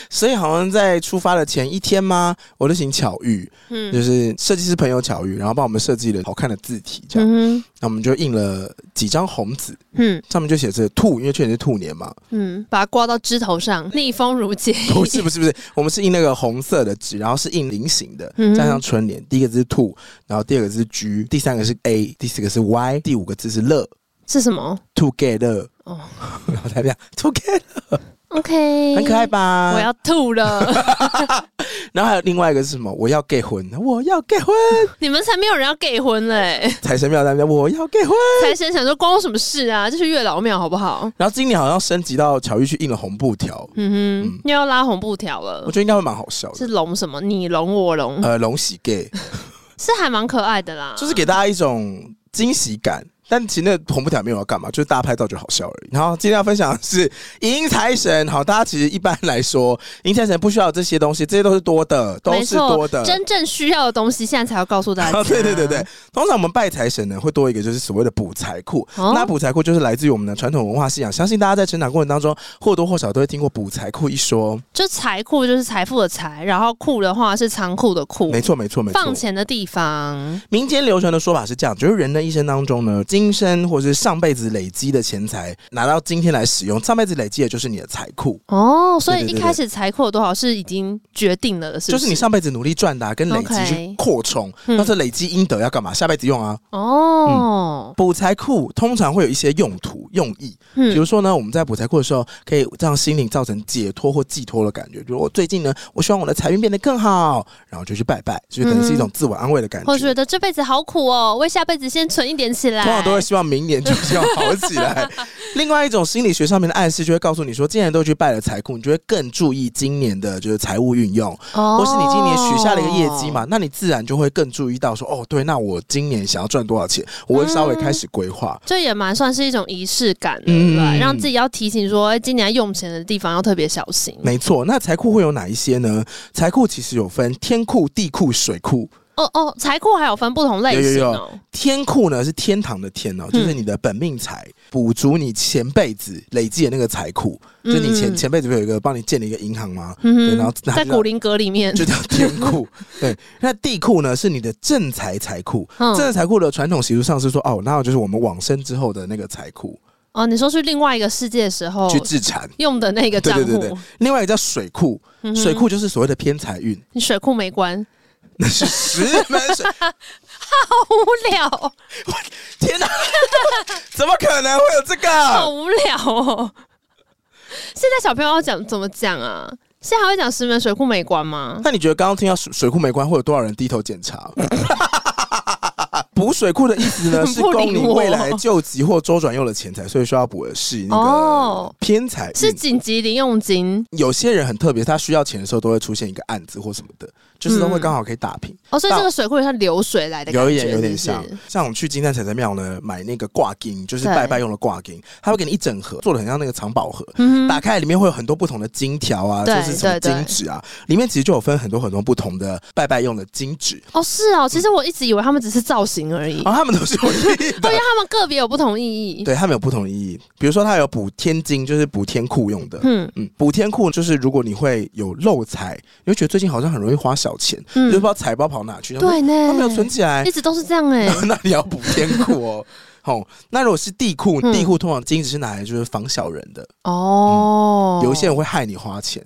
[SPEAKER 1] 所以好像在出发的前一天吗？我就请巧遇，
[SPEAKER 3] 嗯
[SPEAKER 1] 就是设计师朋友巧遇，然后帮我们设计了好看的字体，这样，
[SPEAKER 3] 嗯哼，
[SPEAKER 1] 那我们就印了几张红纸，
[SPEAKER 3] 嗯
[SPEAKER 1] 上面就写着兔，因为去年是兔年嘛，
[SPEAKER 3] 嗯，把它挂到枝头上，逆风 如解。
[SPEAKER 1] 不是不是不是，我们是印那个红色的纸，然后是印菱形的
[SPEAKER 3] 嗯，
[SPEAKER 1] 加上春联，第一个字是兔，然后第二个字是 G，第三个是 A，第四个是 Y，第五个字是乐
[SPEAKER 3] 是什么？
[SPEAKER 1] ，together，
[SPEAKER 3] 哦哎
[SPEAKER 1] 然后他这样 together。
[SPEAKER 2] ，OK，
[SPEAKER 1] 很可爱。吧？
[SPEAKER 3] 我要吐 了！
[SPEAKER 1] 然后还有另外一个是什么？我要 gay 婚，我要 gay 婚，
[SPEAKER 3] 你们才没有人要 gay 婚嘞、
[SPEAKER 1] 财神庙那边我要 gay 婚。
[SPEAKER 3] 财神想说关我什么事啊？这是月老庙好不好？
[SPEAKER 1] 然后今年好像升级到巧遇去印了红布条，
[SPEAKER 3] 嗯
[SPEAKER 1] 嗯
[SPEAKER 3] 哼，又要拉红布条
[SPEAKER 1] 我
[SPEAKER 3] 了
[SPEAKER 1] 觉。得应该会蛮好呃笑的。
[SPEAKER 3] 是龙什么？你龙我龙，
[SPEAKER 1] 呃，龙喜 gay
[SPEAKER 3] 是还蛮可爱的啦。
[SPEAKER 1] 就是给大家一种惊喜感，但其实那红布条没有要干嘛，就是大家拍照就好笑而已。然后今天要分享的是迎财神，好，大家其实一般来说迎财神不需要这些东西，这些都是多的，都
[SPEAKER 3] 没
[SPEAKER 1] 是多
[SPEAKER 3] 错
[SPEAKER 1] 的，。
[SPEAKER 3] 真正需要的东西现在才要告诉大家。
[SPEAKER 1] 啊， 对对对对，，通常我们拜财神呢，会多一个就是所谓的补财库。
[SPEAKER 3] 哦
[SPEAKER 1] 那补财库就是来自于我们的传统文化信仰，相信大家在成长过程当中或多或少都会听过补财库一说。
[SPEAKER 3] 就财库就是财富的财，然后库的话是仓库的库，
[SPEAKER 1] 没错，没错，没嗯错。
[SPEAKER 3] 放钱的地方。
[SPEAKER 1] 民间流传的说法是这样，就是人的一生当中呢，今生或是上辈子累积的钱财拿到今天来使用，上辈子累积的就是你的财库，
[SPEAKER 3] 哦，所
[SPEAKER 1] 对
[SPEAKER 3] 以
[SPEAKER 1] 对
[SPEAKER 3] 一
[SPEAKER 1] 对
[SPEAKER 3] 开始财库有多少是已经决定了的，是不
[SPEAKER 1] 就是你上辈子努力赚的、啊，跟累积
[SPEAKER 3] OK
[SPEAKER 1] 去扩充。
[SPEAKER 3] 嗯
[SPEAKER 1] 那这累积阴德要干嘛？下辈子用啊。
[SPEAKER 3] 哦，
[SPEAKER 1] 补财库通常会有一些用途用意，比
[SPEAKER 3] 嗯
[SPEAKER 1] 如说呢，我们在补财库的时候，可以让心灵造成解脱或寄托的感觉。比如我最近呢，我希望我的财运变得更好，然后就去拜拜，就可能是一
[SPEAKER 3] 嗯
[SPEAKER 1] 种自我安慰的感觉。
[SPEAKER 3] 或觉得这辈子好苦哦，为下辈子先存一点起来。
[SPEAKER 1] 通常都会希望明年就是要好起来。另外一种心理学上面的暗示，就会告诉你说，既然都去拜了财库，你就会更注意今年的就是财务运用，
[SPEAKER 3] 哦，
[SPEAKER 1] 或是你今年许下了一个业绩嘛，那你自然就会更注意到说，哦，对，那我今年想要赚多少钱，我会稍微开始规划。
[SPEAKER 3] 这也蛮算是一种仪式感的，
[SPEAKER 1] 嗯
[SPEAKER 3] 对吧？让自己要提醒说，哎，今年用钱的地方要特别小心。
[SPEAKER 1] 没错，那财库会有哪一些呢？财库其实有分天库、地库、水库。
[SPEAKER 3] 哦哦，财库还有分不同类型
[SPEAKER 1] 有有
[SPEAKER 3] 哦。
[SPEAKER 1] 天库呢是天堂的天
[SPEAKER 3] 嗯
[SPEAKER 1] 哦，就是你的本命财，补足你前辈子累积的那个财库。就你前
[SPEAKER 3] 嗯
[SPEAKER 1] 前辈子不是有一个帮你建了一个银行吗？
[SPEAKER 3] 嗯
[SPEAKER 1] 对，然后
[SPEAKER 3] 在古灵阁里面，
[SPEAKER 1] 就叫天 库。对，那地库呢是你的正财财库。
[SPEAKER 3] 嗯
[SPEAKER 1] 正财财库的传统习俗上是说，哦，那就是我们往生之后的那个财库
[SPEAKER 3] 哦，你说去另外一个世界的时候
[SPEAKER 1] 去置产。
[SPEAKER 3] 用的哦那个
[SPEAKER 1] 对
[SPEAKER 3] 账
[SPEAKER 1] 对
[SPEAKER 3] 户，
[SPEAKER 1] 对对，另外一个叫水库，
[SPEAKER 3] 嗯哼
[SPEAKER 1] 水库就是所谓的偏财运，
[SPEAKER 3] 你水库 没关，哦
[SPEAKER 1] 那是石门 水。
[SPEAKER 3] 好无聊，
[SPEAKER 1] 啊天哪， 怎么可能会有这
[SPEAKER 3] 好
[SPEAKER 1] 个？啊
[SPEAKER 3] 无聊哦。现在小朋友要讲怎么讲啊？现在还会讲石门水库没关吗？
[SPEAKER 1] 那你觉得刚刚听到水水库没关，会有多少人低头检查？补水库的意思呢，是
[SPEAKER 3] 不理
[SPEAKER 1] 供你
[SPEAKER 3] 我
[SPEAKER 1] 未来救急或周转用的钱财，所以说要补的是那个
[SPEAKER 3] 哦
[SPEAKER 1] 偏财运。
[SPEAKER 3] 是紧急零用金
[SPEAKER 1] 有些人很特别，他需要钱的时候都会出现一个案子或什么的，就是都会刚好可以打平，
[SPEAKER 3] 哦，所以
[SPEAKER 1] 到
[SPEAKER 3] 这个水库有像流水来的嗯感
[SPEAKER 1] 有
[SPEAKER 3] 觉，
[SPEAKER 1] 一点有点
[SPEAKER 3] 是不
[SPEAKER 1] 像
[SPEAKER 3] 是。
[SPEAKER 1] 像我们去金山财神庙呢，买那个挂金，就是
[SPEAKER 3] 对
[SPEAKER 1] 拜拜用的挂金，他会给你一整盒，做的很像那个藏宝盒。
[SPEAKER 3] 嗯
[SPEAKER 1] 打
[SPEAKER 3] 哼，
[SPEAKER 1] 开里面会有很多不同的金条啊，就
[SPEAKER 3] 对
[SPEAKER 1] 是什么
[SPEAKER 3] 对
[SPEAKER 1] 金纸啊，里面其实就有分很多很多不同的拜拜用的金纸，
[SPEAKER 3] 哦是哦，其实我一直以为他们只是造型而已， 哦
[SPEAKER 1] 然后他们都是有意义
[SPEAKER 3] 哦，因为
[SPEAKER 1] 的，
[SPEAKER 3] 他们个别有不同意义。
[SPEAKER 1] 哦对，他们有不同的意义。比如说，它有补天金，就是补天库用的，
[SPEAKER 3] 嗯
[SPEAKER 1] 嗯，补天库就是如果你会有漏财，你会觉得最近好像很容易花小钱，你
[SPEAKER 3] 嗯
[SPEAKER 1] 就不知道财包跑哪去，
[SPEAKER 3] 对呢，
[SPEAKER 1] 他没有存起来嗯
[SPEAKER 3] 一，直都是这样哎、
[SPEAKER 1] 那你要补天库哦。 哦，那如果是地库，
[SPEAKER 3] 嗯
[SPEAKER 1] 地库通常金子是拿来就是防小人的，
[SPEAKER 3] 哦，
[SPEAKER 1] 嗯有一些人会害你花钱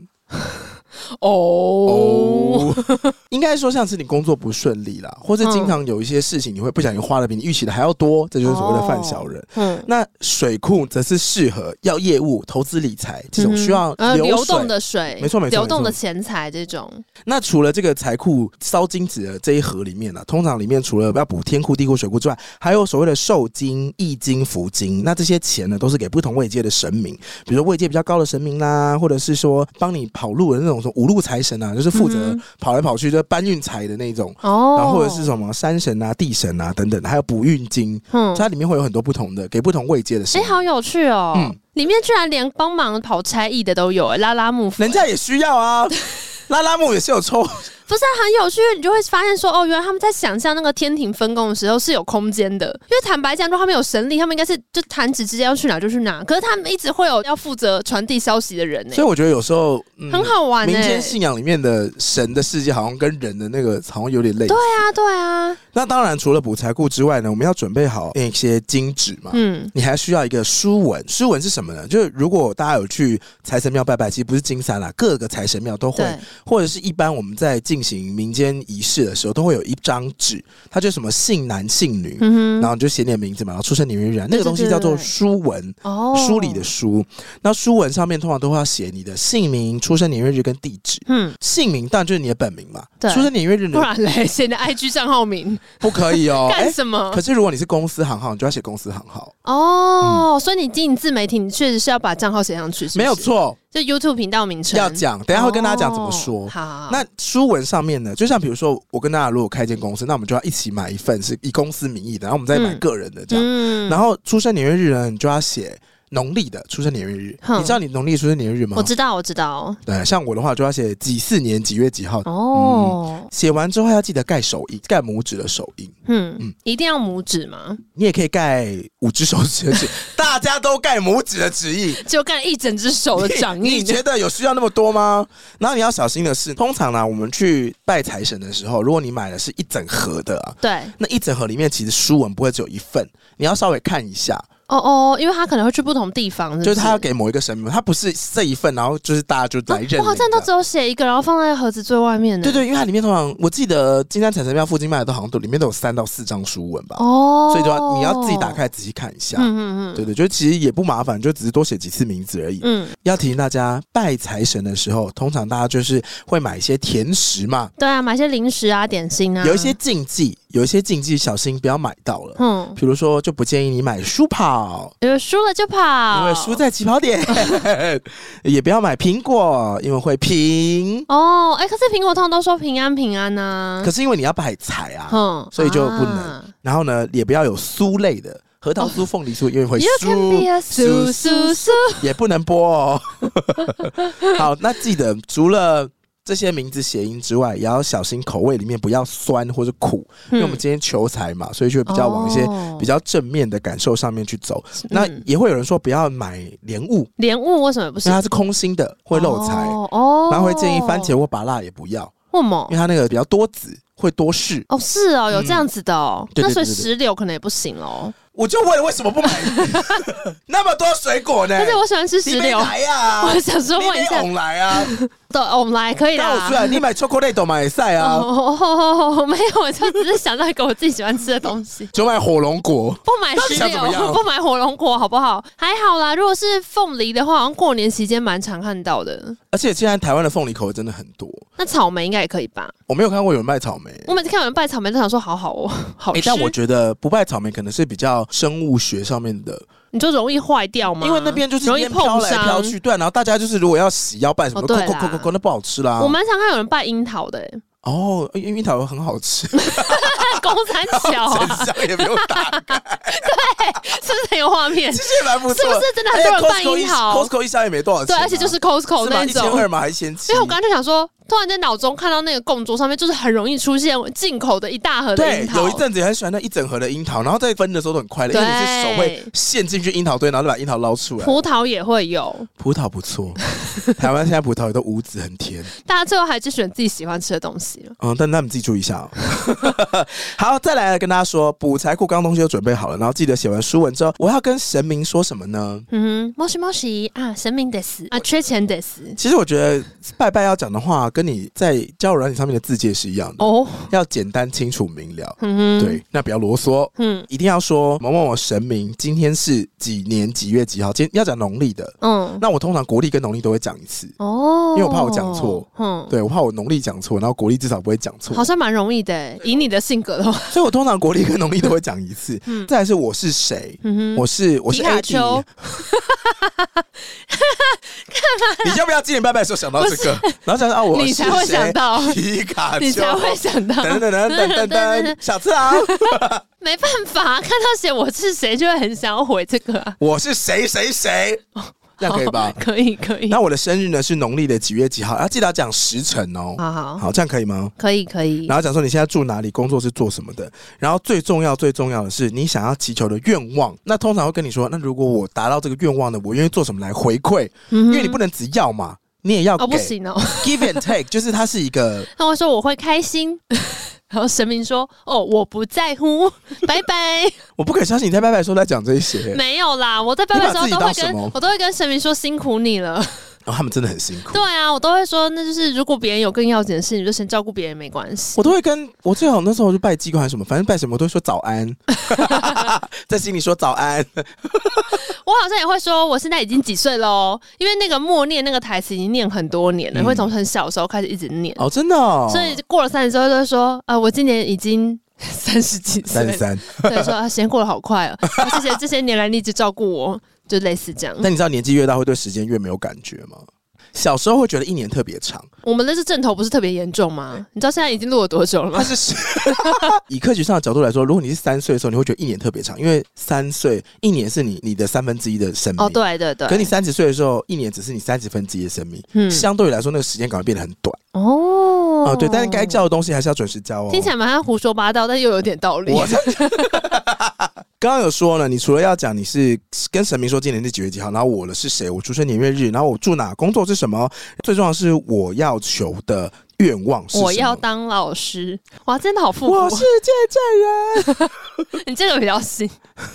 [SPEAKER 3] 哦，
[SPEAKER 1] 哦。 应该说像是你工作不顺利啦，或是经常有一些事情你会不小心花的比你预期的还要多，这就是所谓的犯小人。
[SPEAKER 3] 嗯，
[SPEAKER 1] 那水库则是适合要业务、投资理财这种需要
[SPEAKER 3] 嗯呃
[SPEAKER 1] 流
[SPEAKER 3] 流
[SPEAKER 1] 水
[SPEAKER 3] 动的水，
[SPEAKER 1] 没错没错
[SPEAKER 3] 流动
[SPEAKER 1] 没
[SPEAKER 3] 的
[SPEAKER 1] 错
[SPEAKER 3] 钱财这种，
[SPEAKER 1] 那除了这个财库烧金纸的这一盒里面呢、通常里面除了要补天库、地库、水库之外，还有所谓的寿金、易经、福金。那这些钱呢，都是给不同位阶的神明，比如说位阶比较高的神明啦，或者是说帮你跑路的那种什么五路财神啊，就是负责
[SPEAKER 3] 嗯
[SPEAKER 1] 跑来跑去就搬运财的那种。
[SPEAKER 3] 哦，
[SPEAKER 1] 然后或者是什么山神啊、地神啊等等，还有补运金，
[SPEAKER 3] 嗯
[SPEAKER 1] 所以，它里面会有很多不同的给不同位阶的神
[SPEAKER 3] 哎、
[SPEAKER 1] 明。
[SPEAKER 3] 好有趣哦，
[SPEAKER 1] 嗯
[SPEAKER 3] 里面居然连帮忙跑差役的都有、哎，拉拉幕府、
[SPEAKER 1] 人
[SPEAKER 3] 哎
[SPEAKER 1] 家也需要 啊，拉拉木也是有抽
[SPEAKER 3] 不是很有趣，你就会发现说，哦，原来他们在想象那个天庭分工的时候是有空间的，因为坦白讲，如果他们有神力，他们应该是就弹指之间要去哪就去哪，可是他们一直会有要负责传递消息的人呢、
[SPEAKER 1] 所以我觉得有时候、嗯、
[SPEAKER 3] 很好玩呢、
[SPEAKER 1] 民间
[SPEAKER 3] 哎
[SPEAKER 1] 信仰里面的神的世界，好像跟人的那个好像有点类似。
[SPEAKER 3] 对啊，对啊，
[SPEAKER 1] 那当然，除了补财库之外呢，我们要准备好那些金纸嘛。
[SPEAKER 3] 嗯，
[SPEAKER 1] 你还需要一个书文，书文是什么呢？就是如果大家有去财神庙拜拜，其实不是金山啦，各个财神庙都会，
[SPEAKER 3] 对，
[SPEAKER 1] 或者是一般我们在进行民间仪式的时候，都会有一张纸，它就什么姓男姓女，
[SPEAKER 3] 嗯
[SPEAKER 1] 然
[SPEAKER 3] 哼，
[SPEAKER 1] 后你就写你的名字嘛，然后出生年月日啊，那个
[SPEAKER 3] 对
[SPEAKER 1] 东西
[SPEAKER 3] 对
[SPEAKER 1] 叫做
[SPEAKER 3] 对
[SPEAKER 1] 书文。
[SPEAKER 3] 哦
[SPEAKER 1] 书里的书，那书文上面通常都会要写你的姓名、出生年月日跟地址。
[SPEAKER 3] 嗯，
[SPEAKER 1] 姓名当然就是你的本名嘛，
[SPEAKER 3] 对
[SPEAKER 1] 出生年月日呢
[SPEAKER 3] 不然嘞，写你的 IG 账号 名
[SPEAKER 1] 不可以哦。
[SPEAKER 3] 干
[SPEAKER 1] 哎，
[SPEAKER 3] 什么
[SPEAKER 1] 可？是如果你是公司行号，你就要写公司行号，
[SPEAKER 3] 嗯哦，所以你经营自媒体，你确实是要把账号写上去，是不是
[SPEAKER 1] 没有。错。
[SPEAKER 3] 就 YouTube 频道名称
[SPEAKER 1] 要讲，等一下会跟大家讲怎么说。
[SPEAKER 3] 哦好好好
[SPEAKER 1] 那书文上面呢，就像比如说，我跟大家如果开一间公司，那我们就要一起买一份是以公司名义的，然后我们再买
[SPEAKER 3] 嗯
[SPEAKER 1] 个人的这样。
[SPEAKER 3] 嗯，
[SPEAKER 1] 然后出生年月日呢，你就要写农历的出生年月日。
[SPEAKER 3] 哼
[SPEAKER 1] 你知道你农历出生年月日吗
[SPEAKER 3] 我？知道，我知道。
[SPEAKER 1] 对，像我的话就要写几四年几月几号。
[SPEAKER 3] 哦，
[SPEAKER 1] 写完之后要记得盖手印，盖拇指的手印。
[SPEAKER 3] 嗯，
[SPEAKER 1] 嗯
[SPEAKER 3] 一定要拇指吗？
[SPEAKER 1] 你也可以盖五只手指的 指，大家都盖拇指的指印。
[SPEAKER 3] 就干一整只手的 掌
[SPEAKER 1] 你
[SPEAKER 3] 印
[SPEAKER 1] 你，觉得有需要那么多吗？然后你要小心的是，通常呢、我们去拜财神的时候，如果你买的是一整盒的、啊，
[SPEAKER 3] 对，
[SPEAKER 1] 那一整盒里面其实书文不会只有一份，你要稍微看一下，
[SPEAKER 3] 哦哦，因为他可能会去不同地方，不
[SPEAKER 1] 就是他要给某一个神明，他不是这一份，然后就是大家就来认领这
[SPEAKER 3] 我
[SPEAKER 1] 样。
[SPEAKER 3] 哦好像都只有写一个，然后放在盒子最外面呢。
[SPEAKER 1] 对对，因为它里面通常我记得金山财神庙附近卖的都好像都里面都有三到四张书文吧，
[SPEAKER 3] 哦，
[SPEAKER 1] 所以就要你要自己打。开仔细看一下。
[SPEAKER 3] 嗯嗯嗯，
[SPEAKER 1] 对对，就其实也不麻烦，就只是多写几次名字而已。
[SPEAKER 3] 嗯，
[SPEAKER 1] 要提醒大家，拜财神的时候，通常大家就是会买一些甜食嘛，
[SPEAKER 3] 对啊，买些零食啊、点心啊，
[SPEAKER 1] 有一些禁忌，有一些禁忌，小心不要买到了。
[SPEAKER 3] 嗯，
[SPEAKER 1] 比如说，就不建议你买书跑，
[SPEAKER 3] 因为输了就跑，
[SPEAKER 1] 因为输在起跑点； 也不要买苹果，因为会平。
[SPEAKER 3] 哦，哎、可是苹果通常都说平安平安呐、
[SPEAKER 1] 可是因为你要拜财啊，
[SPEAKER 3] 哼，
[SPEAKER 1] 所以就不能
[SPEAKER 3] 啊
[SPEAKER 1] 然后呢，也不要有酥类的，核桃酥、凤梨酥，因为会
[SPEAKER 3] You can
[SPEAKER 1] 酥
[SPEAKER 3] be a 苏苏苏，
[SPEAKER 1] 也不能播哦。 好，那记得除了这些名字谐音之外，也要小心口味里面不要酸或者苦，
[SPEAKER 3] 嗯
[SPEAKER 1] 因为我们今天求财嘛，所以就会比较往一些比
[SPEAKER 3] 较
[SPEAKER 1] 较正面的感受上面去走。
[SPEAKER 3] 嗯
[SPEAKER 1] 那也会有人说不要买莲雾，
[SPEAKER 3] 莲雾为什么不
[SPEAKER 1] 因
[SPEAKER 3] 是
[SPEAKER 1] 为它是空心的，会漏财。
[SPEAKER 3] 哦，哦
[SPEAKER 1] 然后会建议番茄，或拔辣也不要，
[SPEAKER 3] 为什么
[SPEAKER 1] 因为？它那个比较多籽，会多事。
[SPEAKER 3] 哦，是哦，有这样子的
[SPEAKER 1] 嗯
[SPEAKER 3] 哦。
[SPEAKER 1] 对对
[SPEAKER 3] 那所以
[SPEAKER 1] 对对对
[SPEAKER 3] 石榴可能也不行哦。
[SPEAKER 1] 我就问了为什么不买 那么多水果呢？
[SPEAKER 3] 但是我喜欢吃
[SPEAKER 1] 哎你
[SPEAKER 3] 石
[SPEAKER 1] 没
[SPEAKER 3] 榴，
[SPEAKER 1] 来啊，
[SPEAKER 3] 我想说
[SPEAKER 1] 你
[SPEAKER 3] 问一
[SPEAKER 1] 没
[SPEAKER 3] 下，
[SPEAKER 1] 往来啊，
[SPEAKER 3] 对，哦我们来可以
[SPEAKER 1] 告
[SPEAKER 3] 啦
[SPEAKER 1] 诉。啊，你买 chocolate 嘛也晒啊，
[SPEAKER 3] 哦，没有，我就只是想到一个我自己喜欢吃的东西。
[SPEAKER 1] 就买火龙果。
[SPEAKER 3] 不买
[SPEAKER 1] 到底
[SPEAKER 3] 石
[SPEAKER 1] 想怎么
[SPEAKER 3] 榴，
[SPEAKER 1] 样
[SPEAKER 3] 不买火龙果，好不好？还好啦。如果是凤梨的话，好像过年期间蛮常看到的。
[SPEAKER 1] 而且现在台湾的凤梨口味真的很多，
[SPEAKER 3] 那草莓应该也可以吧？
[SPEAKER 1] 我没有看过有人卖草莓。
[SPEAKER 3] 我每次看有人拜草莓，都想说好好哦，好
[SPEAKER 1] 诶
[SPEAKER 3] 吃。
[SPEAKER 1] 哎但我觉得不卖草莓可能是比较生物学上面的，
[SPEAKER 3] 你就容易坏掉吗？
[SPEAKER 1] 因为那边就是
[SPEAKER 3] 容易
[SPEAKER 1] 烟飘
[SPEAKER 3] 碰
[SPEAKER 1] 来
[SPEAKER 3] 伤。
[SPEAKER 1] 飘去，对啊、然后大家就是如果要洗要拌什么，
[SPEAKER 3] 哦
[SPEAKER 1] 扣
[SPEAKER 3] 对
[SPEAKER 1] 扣
[SPEAKER 3] 啦
[SPEAKER 1] 扣扣扣，那不好吃啦。
[SPEAKER 3] 我蛮常看有人拜樱桃的、欸，
[SPEAKER 1] 哦，因为樱桃很好吃，
[SPEAKER 3] 公三小
[SPEAKER 1] 真
[SPEAKER 3] 啊，
[SPEAKER 1] 香也没有 打，
[SPEAKER 3] 是不是很有画面？
[SPEAKER 1] 其实也蛮不
[SPEAKER 3] 是
[SPEAKER 1] 错。
[SPEAKER 3] 不是真的很多人
[SPEAKER 1] 哎
[SPEAKER 3] 拜樱桃？
[SPEAKER 1] Costco 一箱也没多少钱
[SPEAKER 3] 对，
[SPEAKER 1] 啊，
[SPEAKER 3] 而且就是 Costco
[SPEAKER 1] 是吗
[SPEAKER 3] 那
[SPEAKER 1] 一千
[SPEAKER 3] 种。啊
[SPEAKER 1] 二嘛，还是一千七？
[SPEAKER 3] 因为我刚刚就想说，突然在脑中看到那个供桌上面，就是很容易出现进口的一大盒的
[SPEAKER 1] 对
[SPEAKER 3] 樱，桃。
[SPEAKER 1] 有一阵子也很喜欢那一整盒的樱桃，然后在分的时候都很快乐，因为你是手会陷进去樱桃堆，然后就把樱桃捞出来。
[SPEAKER 3] 葡萄也会有，
[SPEAKER 1] 葡萄不错， 台湾现在葡萄也都无籽很甜，
[SPEAKER 3] 大家最后还是选自己喜欢吃的东西了。
[SPEAKER 1] 嗯，但那你自己注意一下哦。 好，再来跟大家说，补财库刚刚东西都准备好了，然后记得写完书文之后，我要跟神明说什么呢？
[SPEAKER 3] 嗯哼，莫西莫西啊，神明得死啊，缺钱得死
[SPEAKER 1] 其实我觉得拜拜要讲的话，跟你在交友软体上面的字界是一样的，
[SPEAKER 3] 哦。
[SPEAKER 1] 要简单、清楚、明了。
[SPEAKER 3] 嗯哼，，
[SPEAKER 1] 对，那不要啰嗦，
[SPEAKER 3] 嗯
[SPEAKER 1] 一定要说某某某神明，今天是几年几月几号？今天要讲农历的，
[SPEAKER 3] 嗯，
[SPEAKER 1] 那我通常国历跟农历都会讲一次，
[SPEAKER 3] 哦，
[SPEAKER 1] 因为我怕我讲错，
[SPEAKER 3] 嗯，
[SPEAKER 1] 对我怕我农历讲错，然后国历至少不会讲错
[SPEAKER 3] 好，像蛮容易的欸，以你的性格的话，
[SPEAKER 1] 所以我通常国历跟农历都会讲一次。
[SPEAKER 3] 嗯
[SPEAKER 1] 再来是我是谁，
[SPEAKER 3] 嗯哼，
[SPEAKER 1] 我是我是
[SPEAKER 3] 皮卡
[SPEAKER 1] AD，
[SPEAKER 3] 丘
[SPEAKER 1] 你要不要今年拜拜的时候想到这个？然后想说啊，我
[SPEAKER 3] 你才
[SPEAKER 1] 是
[SPEAKER 3] 会
[SPEAKER 1] 谁
[SPEAKER 3] 想到
[SPEAKER 1] 皮卡丘，
[SPEAKER 3] 你才会想到，
[SPEAKER 1] 等等等等等 等，小次啊郎，
[SPEAKER 3] 没办法，看到写我是谁就会很想要回这个啊，
[SPEAKER 1] 我是谁谁谁，
[SPEAKER 3] 哦
[SPEAKER 1] 这样可以吧
[SPEAKER 3] 好？可以可 以，
[SPEAKER 1] 那我的生日呢是农历的几月几号？要记得要讲时辰哦。
[SPEAKER 3] 好好
[SPEAKER 1] 好，这样可以吗？
[SPEAKER 3] 可以可以
[SPEAKER 1] 然，后讲说你现在住哪里，工作是做什么的，然后最重要最重要的是你想要祈求的愿望。那通常会跟你说，那如果我达到这个愿望呢，我愿意做什么来回馈？
[SPEAKER 3] 因
[SPEAKER 1] 因为你不能只要嘛，你也要给、
[SPEAKER 3] 嗯哦不行哦，
[SPEAKER 1] give and take，就是它是一个
[SPEAKER 3] 那我说我会开心， 然后神明说哦我不在 乎，拜拜，
[SPEAKER 1] 我不可相信你在拜拜的时候在讲这些，
[SPEAKER 3] 没有啦，我在拜拜的时候
[SPEAKER 1] 你把
[SPEAKER 3] 都
[SPEAKER 1] 自
[SPEAKER 3] 会
[SPEAKER 1] 己当
[SPEAKER 3] 跟
[SPEAKER 1] 什么
[SPEAKER 3] 我都会跟神明说辛苦你了，
[SPEAKER 1] 然后他们真的很辛苦
[SPEAKER 3] 对。啊，我都会说那就是如果别人有更要紧的事情，就先照顾别人没关系
[SPEAKER 1] 我，都会跟我最好那时候我就拜机关还是什么，反正拜什么我都会说早 安， 在心里说早安。
[SPEAKER 3] 我好像也会说我现在已经几岁喽，因为那个默念那个台词已经念很多年了，
[SPEAKER 1] 嗯
[SPEAKER 3] 会从很小的时候开始一直念。
[SPEAKER 1] 哦，真的、哦，
[SPEAKER 3] 所以过了三十之后，就会说，呃，我今年已经 三十几岁
[SPEAKER 1] 三十
[SPEAKER 3] 了，
[SPEAKER 1] 三。
[SPEAKER 3] 对，说啊，时间过得好快哦， 啊谢谢这些年来你一直照顾我，就类似这样。
[SPEAKER 1] 但你知道年纪越大会对时间越没有感觉吗？小时候会觉得一年特别长，
[SPEAKER 3] 我们那次阵头不是特别严重吗？你知道现在已经录了多久了吗
[SPEAKER 1] 它？是 以科学上的角度来说，如果你是三岁的时候，你会觉得一年特别长，因为三岁一年是你你的三分之一的生命。
[SPEAKER 3] 哦，。对对对，
[SPEAKER 1] 可你三十岁的时候，一年只是你三十分之一的生命，
[SPEAKER 3] 嗯
[SPEAKER 1] 相对于来说，那个时间感会变得很短
[SPEAKER 3] 哦
[SPEAKER 1] 啊、对，但是该教的东西还是要准时教哦。
[SPEAKER 3] 听起来蛮像胡说八道，但又有点道理。
[SPEAKER 1] 我刚刚有说了，你除了要讲你是跟神明说今年是几月几号，然后我的是谁，我出生年月日，然后我住哪，工作是什么，最重要的是我要求的愿望是什么。
[SPEAKER 3] 我要当老师，哇，真的好复
[SPEAKER 1] 我
[SPEAKER 3] 古
[SPEAKER 1] 是，见证人。
[SPEAKER 3] 你这个比较新。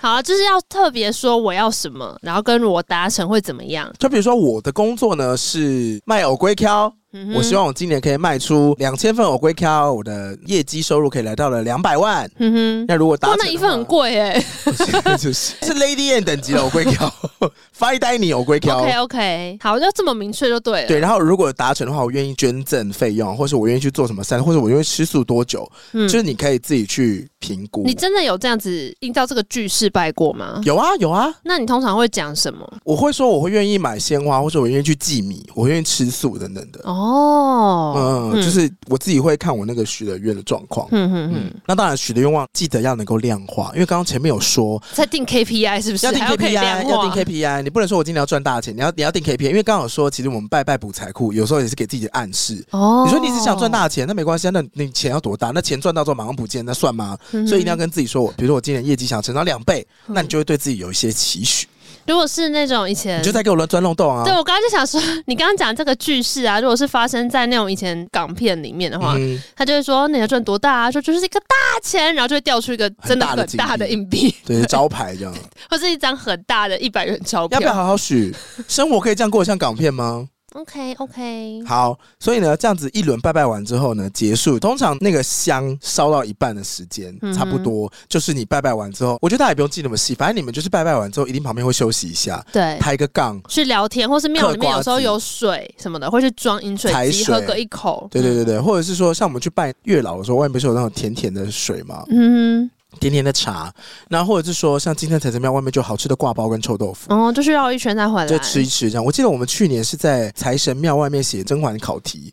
[SPEAKER 3] 好啊，就是要特别说我要什么，然后跟我达成会怎么样。
[SPEAKER 1] 就比如说我的工作呢是卖偶龟壳，
[SPEAKER 3] 嗯哼
[SPEAKER 1] 我希，望我今年可以卖出两千份偶龟壳，我的业绩收入可以来到了两百万。
[SPEAKER 3] 嗯
[SPEAKER 1] 那如果达
[SPEAKER 3] 哼，
[SPEAKER 1] 成的
[SPEAKER 3] 那
[SPEAKER 1] 话
[SPEAKER 3] 一份很，贵哎、
[SPEAKER 1] 就是是 Lady N 等级的偶龟壳 ，Fine Dining 偶龟壳。
[SPEAKER 3] OK OK，好，要这么明确就对了。
[SPEAKER 1] 对，然后如果达成的话，我愿意捐赠费用，或是我愿意去做什么善，或者我愿意吃素多久，
[SPEAKER 3] 嗯
[SPEAKER 1] 就是你可以自己去评估
[SPEAKER 3] 你。真的有这样子依照这个句式拜过吗？
[SPEAKER 1] 有啊有啊，
[SPEAKER 3] 那你通常会讲什么？
[SPEAKER 1] 我会说我会愿意买鲜花，或者我愿意去寄米，我愿意吃素等等的。
[SPEAKER 3] 哦，
[SPEAKER 1] 嗯，就是我自己会看我那个许的愿的状况。
[SPEAKER 3] 嗯嗯
[SPEAKER 1] 嗯
[SPEAKER 3] 嗯，，
[SPEAKER 1] 那当然许的愿望记得要能够量化，因为刚刚前面有说
[SPEAKER 3] 在定 KPI 是不是？
[SPEAKER 1] 要定
[SPEAKER 3] 还可以
[SPEAKER 1] KPI，
[SPEAKER 3] 量
[SPEAKER 1] 要定
[SPEAKER 3] 化
[SPEAKER 1] KPI，你不能说我今年要赚大钱，你要你要定 KPI，因为刚好说其实我们拜拜补财库，有时候也是给自己的暗示。
[SPEAKER 3] 哦
[SPEAKER 1] 你说你只想赚，大钱，那没关系，那你钱要多大？那钱赚到之后马上不见，那算吗？
[SPEAKER 3] 嗯哼嗯
[SPEAKER 1] 所以一定要跟自己说，我比如说我今年业绩想成长两倍，那你就会对自己有一些期许，
[SPEAKER 3] 如果是那种以前
[SPEAKER 1] 你就在给我乱钻漏洞啊
[SPEAKER 3] 对，。我刚刚就想说，你刚刚讲这个句式啊，如果是发生在那种以前港片里面的话，
[SPEAKER 1] 嗯，
[SPEAKER 3] 他就会说那你要赚多大啊？说就是一个大钱，然后就会掉出一个真的
[SPEAKER 1] 很大的
[SPEAKER 3] 很大的
[SPEAKER 1] 金
[SPEAKER 3] 硬币，
[SPEAKER 1] 对，招牌 这样，
[SPEAKER 3] 或是一张很大的一百元钞票。
[SPEAKER 1] 要不要好好许？生活可以这样过，像港片吗？
[SPEAKER 2] ？OK OK，
[SPEAKER 1] 好，所以呢，这样子一轮拜拜完之后呢，结束。通常那个香烧到一半的时间，
[SPEAKER 3] 嗯哼
[SPEAKER 1] 差不多就是你拜拜完之后，我觉得大家也不用记那么细，反正你们就是拜拜完之后，一定旁边会休息一下，
[SPEAKER 3] 对，
[SPEAKER 1] 拍个杠。
[SPEAKER 3] 去聊天，或是庙里
[SPEAKER 1] 嗑瓜
[SPEAKER 3] 面
[SPEAKER 1] 子
[SPEAKER 3] 有时候有水什么的，会去装饮水
[SPEAKER 1] 抬
[SPEAKER 3] 机
[SPEAKER 1] 水
[SPEAKER 3] 喝个一口。
[SPEAKER 1] 对对对对，或者是说，像我们去拜月老的时候，外面不是有那种甜甜的水吗？
[SPEAKER 3] 嗯
[SPEAKER 1] 甜甜的茶，然后或者是说，像今天财神庙外面就有好吃的挂包跟臭豆腐，
[SPEAKER 3] 哼，哦，就是绕一圈再回来。
[SPEAKER 1] 就吃一吃这样。我记得我们去年是在财神庙外面写甄嬛考题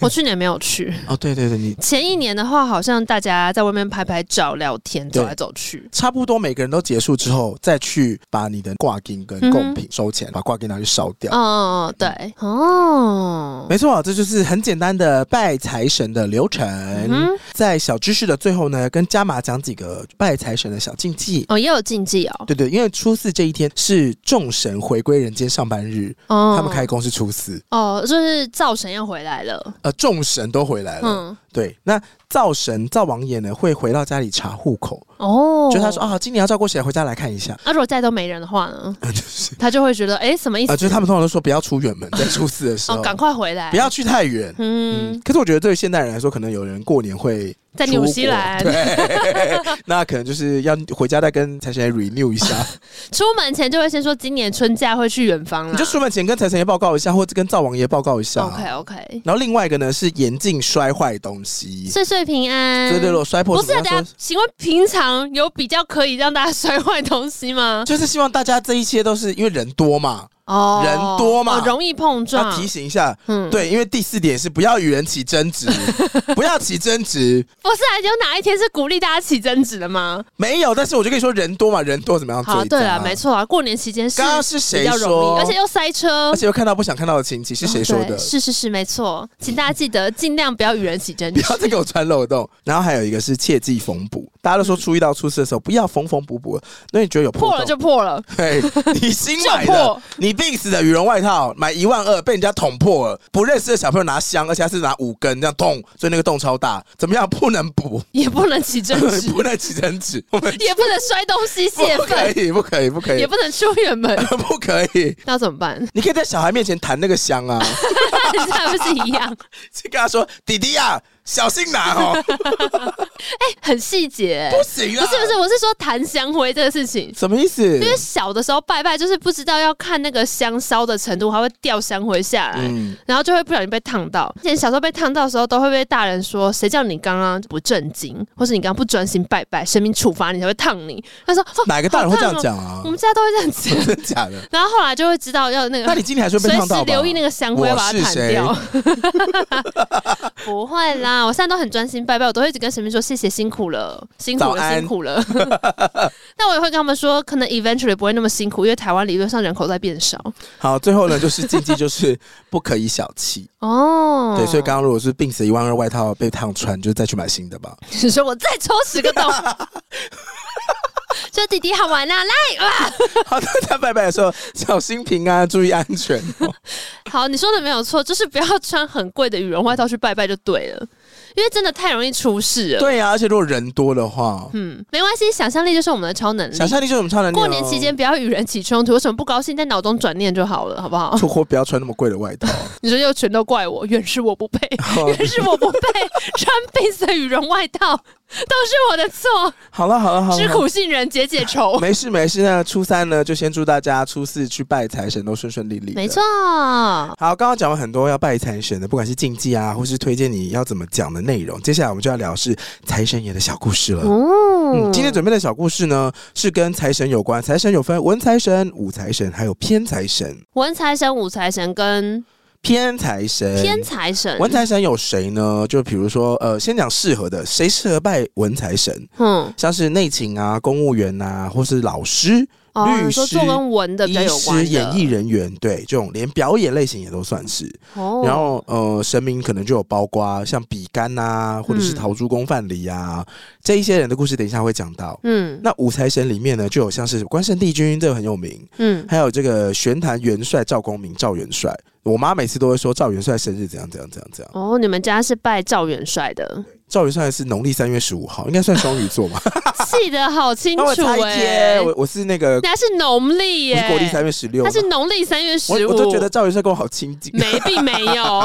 [SPEAKER 3] 我去年没有去，
[SPEAKER 1] 哦，对对对，你
[SPEAKER 3] 前一年的话，好像大家在外面拍拍照、聊天、
[SPEAKER 1] 对
[SPEAKER 3] 走来走去。
[SPEAKER 1] 差不多每个人都结束之后，再去把你的挂金跟贡品收起来，把挂金拿去烧掉。
[SPEAKER 3] 嗯嗯嗯，对，哦，
[SPEAKER 1] 没错，这就是很简单的拜财神的流程。
[SPEAKER 3] 嗯，
[SPEAKER 1] 在小知识的最后呢，跟加码讲几个拜财神的小禁忌。
[SPEAKER 3] 哦，也有禁忌哦，
[SPEAKER 1] 对对，因为初四这一天是众神回归人间上班日，
[SPEAKER 3] 哦，
[SPEAKER 1] 他们开工是初四，
[SPEAKER 3] 哦，就是灶神要回来了，
[SPEAKER 1] 呃，众神都回来了。
[SPEAKER 3] 嗯，
[SPEAKER 1] 呃对，那灶神灶王爷呢会回到家里查户口，
[SPEAKER 3] 哦，
[SPEAKER 1] 就他说，啊，今年要照顾谁，回家来看一下。
[SPEAKER 3] 那、如果家里都没人的话呢，
[SPEAKER 1] 呃就是
[SPEAKER 3] 他就会觉得，哎、什么意
[SPEAKER 1] 啊、
[SPEAKER 3] 思？
[SPEAKER 1] 就是他们通常都说不要出远门，在初四的时候
[SPEAKER 3] 哦，，赶快回来，
[SPEAKER 1] 呃不要，去太远。嗯
[SPEAKER 3] 嗯，，
[SPEAKER 1] 可是我觉得对于现代人来说，可能有人过年会
[SPEAKER 3] 在
[SPEAKER 1] 出
[SPEAKER 3] 纽西
[SPEAKER 1] 国
[SPEAKER 3] 兰
[SPEAKER 1] 对那可能就是要回家再跟财神爷 renew 一 下。
[SPEAKER 3] 出门前就会先说今年春假会去远方啦，
[SPEAKER 1] 你就啊出门前跟财神爷报告一下，或者跟灶王爷报告一下。
[SPEAKER 3] OK OK，
[SPEAKER 1] 然后另外一个呢是严禁摔坏东西，
[SPEAKER 2] 岁岁平安。
[SPEAKER 1] 对对对，我摔破
[SPEAKER 3] 不
[SPEAKER 1] 什
[SPEAKER 3] 是
[SPEAKER 1] 么
[SPEAKER 3] 啊，
[SPEAKER 1] 他
[SPEAKER 3] 大
[SPEAKER 1] 说
[SPEAKER 3] 家，请问平常有比较可以让大家摔坏东西吗？
[SPEAKER 1] 就是希望大家这一切都是因为人多嘛，
[SPEAKER 3] 哦
[SPEAKER 1] 人多嘛
[SPEAKER 3] 哦容易碰
[SPEAKER 1] 要
[SPEAKER 3] 撞
[SPEAKER 1] 提。醒一下。
[SPEAKER 3] 嗯，
[SPEAKER 1] 对，因为第四点是不要与人起争 执，不要起争执。
[SPEAKER 3] 不是啊，有哪一天是鼓励大家起争执的吗？
[SPEAKER 1] 没有，但是我就跟你说，人多嘛，人多怎么样最
[SPEAKER 3] 好，对
[SPEAKER 1] 渣
[SPEAKER 3] 啊，没。错啊，过年期间是
[SPEAKER 1] 刚刚是谁
[SPEAKER 3] 比较容
[SPEAKER 1] 说
[SPEAKER 3] 易，而且又塞车
[SPEAKER 1] 而，且又看到不想看到的亲戚，是谁说
[SPEAKER 3] 哦
[SPEAKER 1] 的
[SPEAKER 3] 对？是是是，没错，请大家记得尽量不要与人起争
[SPEAKER 1] 不
[SPEAKER 3] 执。
[SPEAKER 1] 要再给我穿漏洞。然后还有一个是切忌缝补，大家都说初一到初四的时候不要缝缝补补，那你觉得有
[SPEAKER 3] 破
[SPEAKER 1] 洞
[SPEAKER 3] 了就破了，
[SPEAKER 1] 对，你新买
[SPEAKER 3] 就
[SPEAKER 1] 的
[SPEAKER 3] 破，
[SPEAKER 1] 你病死的羽绒外套买一万二，被人家捅破了，不认识的小朋友拿香，而且他是拿五根这样捅，所以那个洞超大，怎么样？不能 补，
[SPEAKER 3] 也不能起争 执，
[SPEAKER 1] 不能起针纸，我们
[SPEAKER 3] 也不能摔东西泄
[SPEAKER 1] 不可
[SPEAKER 3] 愤，
[SPEAKER 1] 以，不可以，不可
[SPEAKER 3] 也
[SPEAKER 1] 以，
[SPEAKER 3] 不能出远门，
[SPEAKER 1] 不可以。
[SPEAKER 3] 那怎么办？
[SPEAKER 1] 你 可以在小孩面前弹那个香啊，
[SPEAKER 3] 这还不是一样？
[SPEAKER 1] 就跟他说：“弟弟呀、啊小心拿 哦，
[SPEAKER 3] 很细节、
[SPEAKER 1] 不行
[SPEAKER 3] 不
[SPEAKER 1] 啊！
[SPEAKER 3] 是不是，我是说弹香灰这个事情。
[SPEAKER 1] 什么意思？
[SPEAKER 3] 因为小的时候拜拜，就是不知道要看那个香烧的程度，还会掉香灰下来，
[SPEAKER 1] 嗯，
[SPEAKER 3] 然后就会不小心被烫到。以前小时候被烫到的时候，都会被大人说：“谁叫你刚刚不正经，或是你刚刚不专心拜拜，神明处罚你才会烫你。” 他说：“哦，
[SPEAKER 1] 哪个大人会这样
[SPEAKER 3] 好烫哦
[SPEAKER 1] 讲啊
[SPEAKER 3] 我？们家都会这样子。
[SPEAKER 1] 真的假 的？”
[SPEAKER 3] 然后后来就会知道要那个
[SPEAKER 1] 那你今天还是会
[SPEAKER 3] 随
[SPEAKER 1] 被烫到
[SPEAKER 3] 时
[SPEAKER 1] 吧？
[SPEAKER 3] 留意那个香灰，把它弹掉。不会啦，我现在都很专心拜拜，我都会一直跟神明说谢谢，辛苦了，辛苦
[SPEAKER 1] 早
[SPEAKER 3] 了，
[SPEAKER 1] 安
[SPEAKER 3] 辛苦了。 但我也会跟他们说，可能 eventually 不会那么辛苦，因为台湾理论上人口在变少。
[SPEAKER 1] 好，最后呢，就是禁忌，就是不可以小 气。
[SPEAKER 3] 哦，
[SPEAKER 1] 对，所以刚刚如果是病死一万二外套被烫穿，就再去买新的 吧。
[SPEAKER 3] 你说我再抽十个洞。 说弟弟好玩啊，来，
[SPEAKER 1] 好，大家拜拜的时候小心平安，注意安 全哦。
[SPEAKER 3] 好，你说的没有错，就是不要穿很贵的羽绒外套去拜拜就对了，因为真的太容易出事了。
[SPEAKER 1] 对呀、啊而且如果人多的话，
[SPEAKER 3] 嗯，没关系，想象力就是我们的超能力。
[SPEAKER 1] 想象力就是我们超能力哦。
[SPEAKER 3] 过年期间不要与人起冲突，有什么不高兴在脑中转念就好了，好不好？
[SPEAKER 1] 出国不要穿那么贵的外 套。
[SPEAKER 3] 你说又全都怪我，原是我 不配，
[SPEAKER 1] 哦
[SPEAKER 3] 原是我不配穿病色羽绒外套，都是我的错，
[SPEAKER 1] 好了好了好了，
[SPEAKER 3] 知苦杏仁解解 愁。
[SPEAKER 1] 没事没事，那初三呢，就先祝大家初四去拜财神都顺顺利利。
[SPEAKER 2] 没错。。
[SPEAKER 1] 好，刚刚讲了很多要拜财神的，不管是禁忌啊，或是推荐你要怎么讲的内容。接下来我们就要聊是财神爷的小故事了。嗯，
[SPEAKER 2] 哦，
[SPEAKER 1] 今天准备的小故事呢，是跟财神有关。财神有分文财神、武财神，还有偏财神。
[SPEAKER 2] 文财神、武财神跟
[SPEAKER 1] 偏财神，
[SPEAKER 2] 偏财神，
[SPEAKER 1] 文财神有谁呢？就比如说，呃，先讲适合的，谁适合拜文财神？
[SPEAKER 2] 嗯，
[SPEAKER 1] 像是内勤啊、公务员啊，或是老师、
[SPEAKER 2] 哦，
[SPEAKER 1] 律
[SPEAKER 2] 你说做
[SPEAKER 1] 师
[SPEAKER 2] 跟文的比较
[SPEAKER 1] 医
[SPEAKER 2] 有关
[SPEAKER 1] 师、
[SPEAKER 2] 的，
[SPEAKER 1] 演艺人员，对，这种连表演类型也都算是。
[SPEAKER 2] 哦，
[SPEAKER 1] 然后呃，神明可能就有包括像比干呐、或者
[SPEAKER 2] 嗯
[SPEAKER 1] 是陶朱公范蠡啊、这一些人的故事，等一下会讲到。
[SPEAKER 2] 嗯
[SPEAKER 1] 那五财神里面呢，就有像是关圣帝君，这个很有名，
[SPEAKER 2] 嗯，
[SPEAKER 1] 还有这个玄坛元帅赵公明、赵元帅。我妈每次都会说赵元帅生日怎样怎样怎样怎样。
[SPEAKER 2] 哦，你们家是拜赵元帅 的，
[SPEAKER 1] 赵元帅是农历三月十五号，应该算双鱼座嘛？
[SPEAKER 3] 记得好 清
[SPEAKER 1] 那 我
[SPEAKER 3] 楚
[SPEAKER 1] 差一
[SPEAKER 3] 哎、
[SPEAKER 1] 天，我我是那个
[SPEAKER 3] 人家是农历
[SPEAKER 1] 我
[SPEAKER 3] 耶
[SPEAKER 1] 是，国历三月十六
[SPEAKER 3] 他，是农历三月十
[SPEAKER 1] 我
[SPEAKER 3] 五，
[SPEAKER 1] 我就觉得赵元帅跟我好亲近。
[SPEAKER 3] 没并没 有。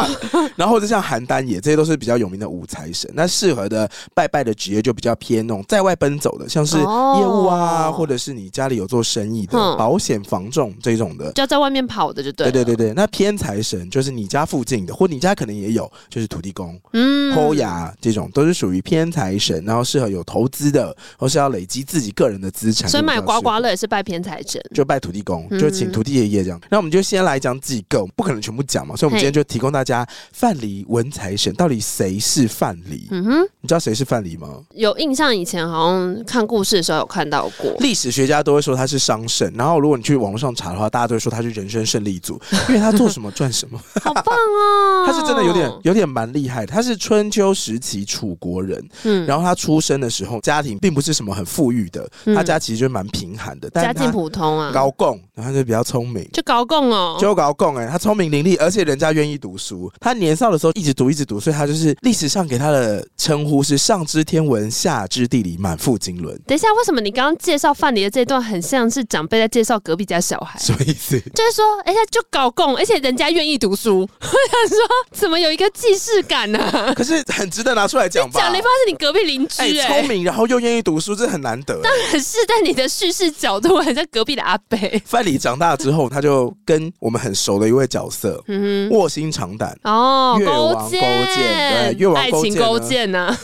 [SPEAKER 1] 然后就像邯郸也，这些都是比较有名的五财神。那适合的拜拜的职业就比较偏那种在外奔走的，像是业
[SPEAKER 2] 哦
[SPEAKER 1] 务啊，或者是你家里有做生意的、
[SPEAKER 2] 嗯
[SPEAKER 1] 保险、房仲这种的。
[SPEAKER 3] 就要在外面跑的就对
[SPEAKER 1] 对
[SPEAKER 3] 了。
[SPEAKER 1] 对对对，那偏财神就是你家附近的，或你家可能也有，就是土地公、
[SPEAKER 2] 嗯，
[SPEAKER 1] 侯牙这种，都是属于偏财神，然后适合有投资的，或是要累积自己个人的资产。
[SPEAKER 3] 所以
[SPEAKER 1] 就比较
[SPEAKER 3] 买刮
[SPEAKER 1] 适合
[SPEAKER 3] 刮乐也是拜偏财神。
[SPEAKER 1] 就拜土地公，
[SPEAKER 2] 嗯
[SPEAKER 1] 就请土地爷爷这样。那我们就先来讲几个，不可能全部讲嘛，所以我们
[SPEAKER 2] 嘿
[SPEAKER 1] 今天就提供大家范蠡文财神到底谁是范蠡？
[SPEAKER 2] 嗯哼，
[SPEAKER 1] 你知道谁是范蠡吗？
[SPEAKER 2] 有印象，以前好像看故事的时候有看到过。
[SPEAKER 1] 历史学家都会说他是商圣，然后如果你去网络上查的话，大家都会说他是人生胜 利组，因为他做什么赚什么，
[SPEAKER 2] 好棒哦！
[SPEAKER 1] 他是真的有点有点蛮厉害的。他是春秋时期楚国人，
[SPEAKER 2] 嗯，
[SPEAKER 1] 然后他出生的时候家庭并不是什么很富裕的，
[SPEAKER 2] 嗯
[SPEAKER 1] 他家其实就蛮贫寒的，但
[SPEAKER 2] 家
[SPEAKER 1] 是
[SPEAKER 2] 境
[SPEAKER 1] 他
[SPEAKER 2] 普通啊，
[SPEAKER 1] 高贡，然后他就比较聪明。
[SPEAKER 3] 就搞共哦，
[SPEAKER 1] 就搞共哎，他聪明伶俐，而且人家愿意读书。他年少的时候一直读一直读，所以他就是历史上给他的称呼是上知天文，下知地理，满腹经纶。
[SPEAKER 3] 等一下，为什么你刚刚介绍范蠡的这段很像是长辈在介绍隔壁家小孩？
[SPEAKER 1] 什么意思？
[SPEAKER 3] 就是说，哎、他就搞共，而且人家愿意读书。 我想说，怎么有一个既视感呢、啊
[SPEAKER 1] 可是很值得拿出来讲吧？
[SPEAKER 3] 讲雷锋是你隔壁邻
[SPEAKER 1] 哎，
[SPEAKER 3] 居、
[SPEAKER 1] 聪
[SPEAKER 3] 哎、
[SPEAKER 1] 明，然后又愿意读书，这很难得。欸
[SPEAKER 3] 可 是但你的叙事角度很像隔壁的阿北。
[SPEAKER 1] 范蠡长大之后，他就跟我们很熟的一位角色
[SPEAKER 3] 嗯
[SPEAKER 1] 卧薪尝胆，
[SPEAKER 3] 哼，哦，
[SPEAKER 1] 越王勾
[SPEAKER 3] 建，
[SPEAKER 1] 践对越王
[SPEAKER 3] 爱情
[SPEAKER 1] 勾
[SPEAKER 3] 勾
[SPEAKER 1] 践呢
[SPEAKER 3] 践啊呢、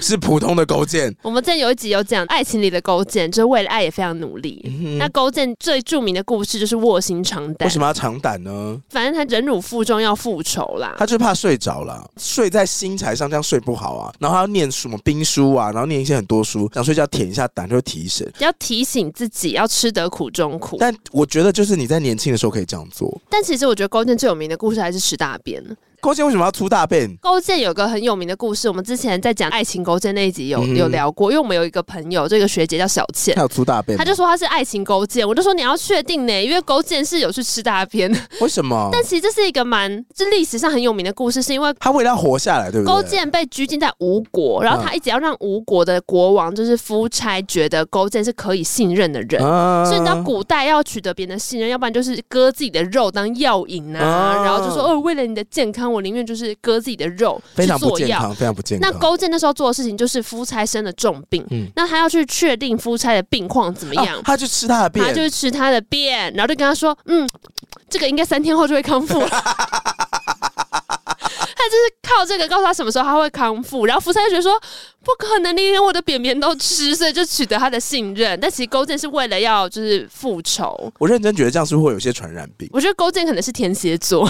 [SPEAKER 1] 是普通的勾践。
[SPEAKER 3] 我们之前有一集有讲爱情里的勾践，就是为了爱也非常努力。
[SPEAKER 1] 嗯
[SPEAKER 3] 那
[SPEAKER 1] 哼
[SPEAKER 3] 勾践最著名的故事就是卧薪尝胆
[SPEAKER 1] 为，什么要尝胆呢？
[SPEAKER 3] 反正他忍辱负重要复仇啦
[SPEAKER 1] 他。就怕睡着了，睡在新柴上这样睡不好啊。然后他要念什么兵书啊，然后念一些很多书，想睡觉舔一下胆就会提神。
[SPEAKER 3] 要提醒自己要吃得苦中苦，但
[SPEAKER 1] 但我觉得就是你在年轻的时候可以这样做。
[SPEAKER 3] 其实我觉得勾践最有名的故事还是吃大便。
[SPEAKER 1] 勾践为什么要出大便？
[SPEAKER 3] 勾践有个很有名的故事，我们之前在讲爱情勾践那一集有、
[SPEAKER 1] 嗯
[SPEAKER 3] 有聊过，因为我们有一个朋友，这个学姐叫小倩
[SPEAKER 1] 他，有出大便吗，
[SPEAKER 3] 她就说她是爱情勾践，我就说你要确定呢，因为勾践是有去吃大便，
[SPEAKER 1] 为什么？
[SPEAKER 3] 但其实这是一个蛮这历史上很有名的故事，是因为
[SPEAKER 1] 他为了要活下来，对不对？
[SPEAKER 3] 勾践被拘禁在吴国，然后他一直要让吴国的国王就是夫差觉得勾践是可以信任的人。
[SPEAKER 1] 啊
[SPEAKER 3] 所以你知道古代要取得别人的信任，要不然就是割自己的肉当药引啊，
[SPEAKER 1] 啊
[SPEAKER 3] 然后就说哦，为了你的健康，我我宁愿就是割自己的肉
[SPEAKER 1] 非
[SPEAKER 3] 去
[SPEAKER 1] 常不
[SPEAKER 3] 做
[SPEAKER 1] 健
[SPEAKER 3] 药。
[SPEAKER 1] 康，非常不健
[SPEAKER 3] 那
[SPEAKER 1] 康。
[SPEAKER 3] 勾践那时候做的事情就是夫差生了重病，
[SPEAKER 1] 嗯
[SPEAKER 3] 那他要去确定夫差的病况怎么样
[SPEAKER 1] 啊，他就吃他的
[SPEAKER 3] 他
[SPEAKER 1] 便，
[SPEAKER 3] 就是吃他的便，然后就跟他说，嗯，这个应该三天后就会康 复。 他就是靠这个告诉他什么时候他会康复，然后福山就觉得说不可能，你连我的便便都吃，所以就取得他的信任。但其实勾践是为了要就是复仇，
[SPEAKER 1] 我认真觉得这样是不是会有一些传染病。
[SPEAKER 3] 我觉得勾践可能是天蝎座，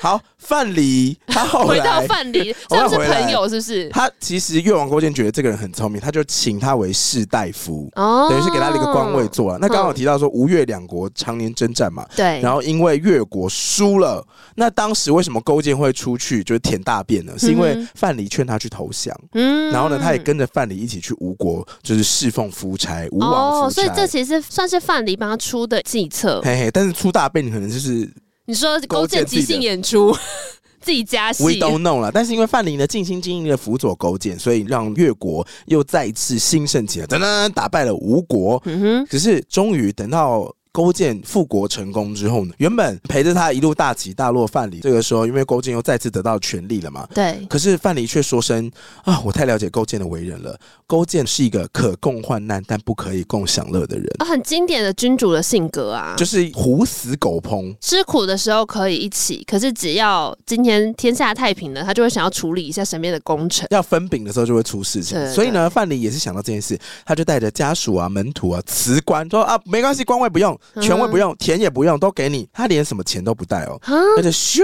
[SPEAKER 1] 好，范蠡他 后
[SPEAKER 3] 回到
[SPEAKER 1] 来。
[SPEAKER 3] 范蠡，
[SPEAKER 1] 我
[SPEAKER 3] 这
[SPEAKER 1] 要
[SPEAKER 3] 样是
[SPEAKER 1] 回来
[SPEAKER 3] 朋友是不是？
[SPEAKER 1] 他其实越王勾践觉得这个人很聪明，他就请他为士大夫，
[SPEAKER 3] 哦
[SPEAKER 1] 等于是给他了一个官位。做了。啊那刚刚有提到说吴越两国常年征战嘛，
[SPEAKER 3] 对，
[SPEAKER 1] 然后因为越国输了，那当时为什么勾践会出去就是舔大便呢？是因为
[SPEAKER 3] 嗯
[SPEAKER 1] 范蠡劝他去投降，
[SPEAKER 3] 嗯
[SPEAKER 1] 然后呢，他也跟着范蠡一起去吴国，就是侍奉夫差，吴王
[SPEAKER 3] 哦，
[SPEAKER 1] 夫差。
[SPEAKER 3] 所以这其实算是范蠡帮他出的计策。
[SPEAKER 1] 嘿嘿，但是出大便可能就是
[SPEAKER 3] 你说
[SPEAKER 1] 勾
[SPEAKER 3] 勾
[SPEAKER 1] 践
[SPEAKER 3] 践
[SPEAKER 1] 即
[SPEAKER 3] 即
[SPEAKER 1] 兴
[SPEAKER 3] 兴演出， 自己加戏
[SPEAKER 1] we don't know 了。但是因为范蠡呢尽心尽力的辅佐勾践，所以让越国又再次兴盛起来，噔噔打败了吴国。
[SPEAKER 3] 嗯哼，
[SPEAKER 1] 可是终于等到。勾践复国成功之后呢，原本陪着他一路大起大落范蠡，这个时候因为勾践又再次得到权力了嘛，
[SPEAKER 3] 对，
[SPEAKER 1] 可是范蠡却说声啊，我太了解勾践的为人了。勾践是一个可共患难但不可以共享乐的人，
[SPEAKER 3] 啊，很经典的君主的性格啊，
[SPEAKER 1] 就是虎死狗烹。
[SPEAKER 3] 吃苦的时候可以一起，可是只要今天天下太平了，他就会想要处理一下身边的功臣。
[SPEAKER 1] 要分饼的时候就会出事情，
[SPEAKER 3] 对对
[SPEAKER 1] 所以呢，范蠡也是想到这件事，他就带着家属啊、门徒啊、辞官，说啊，没关系，官位不用，
[SPEAKER 3] 嗯
[SPEAKER 1] 权位不用，田也不用，都给你。他连什么钱都不带哦，
[SPEAKER 3] 啊，
[SPEAKER 1] 而且咻，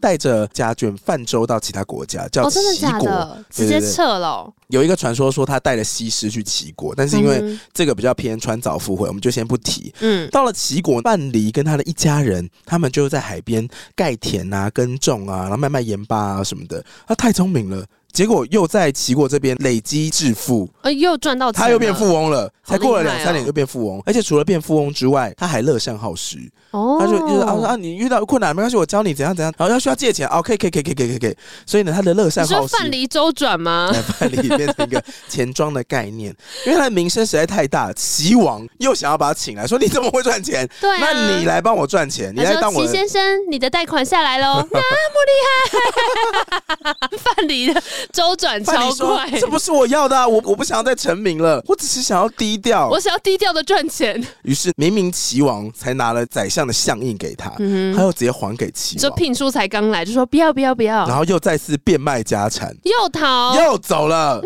[SPEAKER 1] 带着家眷泛舟到其他国家，叫
[SPEAKER 3] 哦，真的
[SPEAKER 1] 齐
[SPEAKER 3] 假
[SPEAKER 1] 国。
[SPEAKER 3] 的？
[SPEAKER 1] 对
[SPEAKER 3] 直
[SPEAKER 1] 对
[SPEAKER 3] 接
[SPEAKER 1] 对
[SPEAKER 3] 撤了哦。
[SPEAKER 1] 有一个传说说他带了西施去齐国，但是因为
[SPEAKER 3] 嗯
[SPEAKER 1] 这个比较偏穿凿附会，我们就先不提。
[SPEAKER 3] 嗯，
[SPEAKER 1] 到了齐国，范蠡跟他的一家人，他们就在海边盖田啊、耕种啊，然后卖卖盐巴啊什么的。他太聪明了，结果又在齐国这边累积致富，
[SPEAKER 3] 呃，又赚到钱，
[SPEAKER 1] 他又变富。翁了。才
[SPEAKER 3] 好厉害哦
[SPEAKER 1] 过了两三年就变富翁，而且除了变富翁之外，他还乐善好施。
[SPEAKER 3] 哦，
[SPEAKER 1] 他就就是啊说啊，你遇到困难没关系，我教你怎样怎样。然后要需要借钱哦，可以可以可以可以可以可以可以。所以呢，他的乐
[SPEAKER 3] 你
[SPEAKER 1] 善好
[SPEAKER 3] 说
[SPEAKER 1] 施。
[SPEAKER 3] 范蠡周 转吗？
[SPEAKER 1] 在范蠡变成一个钱庄的概念，因为他的名声实在太大，齐王又想要把他请来，说你怎么会赚钱？
[SPEAKER 3] 对啊，
[SPEAKER 1] 那你来帮我赚钱，你
[SPEAKER 3] 他
[SPEAKER 1] 来
[SPEAKER 3] 说
[SPEAKER 1] 当我
[SPEAKER 3] 齐
[SPEAKER 1] 的。
[SPEAKER 3] 先生，你的贷款下来 喽，那么厉害！ 范蠡的周转
[SPEAKER 1] 范
[SPEAKER 3] 超
[SPEAKER 1] 蠡说
[SPEAKER 3] 快：“，
[SPEAKER 1] 这不是我要的、啊，我我不想要再成名了，我只是想要低调
[SPEAKER 3] 我。想要低调的赚钱。”
[SPEAKER 1] 于是明明齐王才拿了宰相的相印给他，
[SPEAKER 3] 嗯
[SPEAKER 1] 他又直接还给齐
[SPEAKER 3] 你说
[SPEAKER 1] 王，
[SPEAKER 3] 聘书才刚来就说不要不要不要
[SPEAKER 1] 然，后又再次变卖家产，
[SPEAKER 3] 又逃。
[SPEAKER 1] 又走了，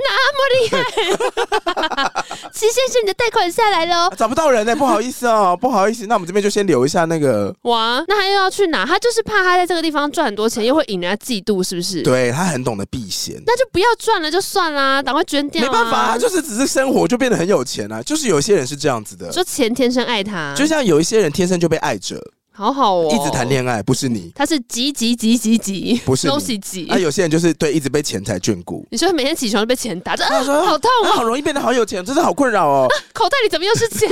[SPEAKER 3] 齐先生，你的贷款下来喽。
[SPEAKER 1] 啊找不到人呢、不好意思哦，不好意思，那我们这边就先留一下那个。
[SPEAKER 3] 哇，那他又要去哪？他就是怕他在这个地方赚很多钱，又会引人家嫉妒，是不是？
[SPEAKER 1] 对他很懂得避嫌，
[SPEAKER 3] 那就不要赚了，就算啦，赶快捐掉、
[SPEAKER 1] 没
[SPEAKER 3] 啊。
[SPEAKER 1] 办法，他就是只是生活就变得很有钱啊。就是有些人是这样子的，
[SPEAKER 3] 说钱天生爱他，
[SPEAKER 1] 就像有一些人天生就被爱着，
[SPEAKER 3] 好好哦，
[SPEAKER 1] 一直谈恋爱，不是你。
[SPEAKER 3] 他是急急急急急，
[SPEAKER 1] 不是你
[SPEAKER 3] 都是急。
[SPEAKER 1] 啊，有些人就是对一直被钱财眷顾。
[SPEAKER 3] 你说每天起床都被钱打，这、
[SPEAKER 1] 他
[SPEAKER 3] 啊、
[SPEAKER 1] 说
[SPEAKER 3] 好痛
[SPEAKER 1] 啊
[SPEAKER 3] 啊！
[SPEAKER 1] 好容易变得好有钱，真是好困扰哦。
[SPEAKER 3] 口袋里怎么又是钱？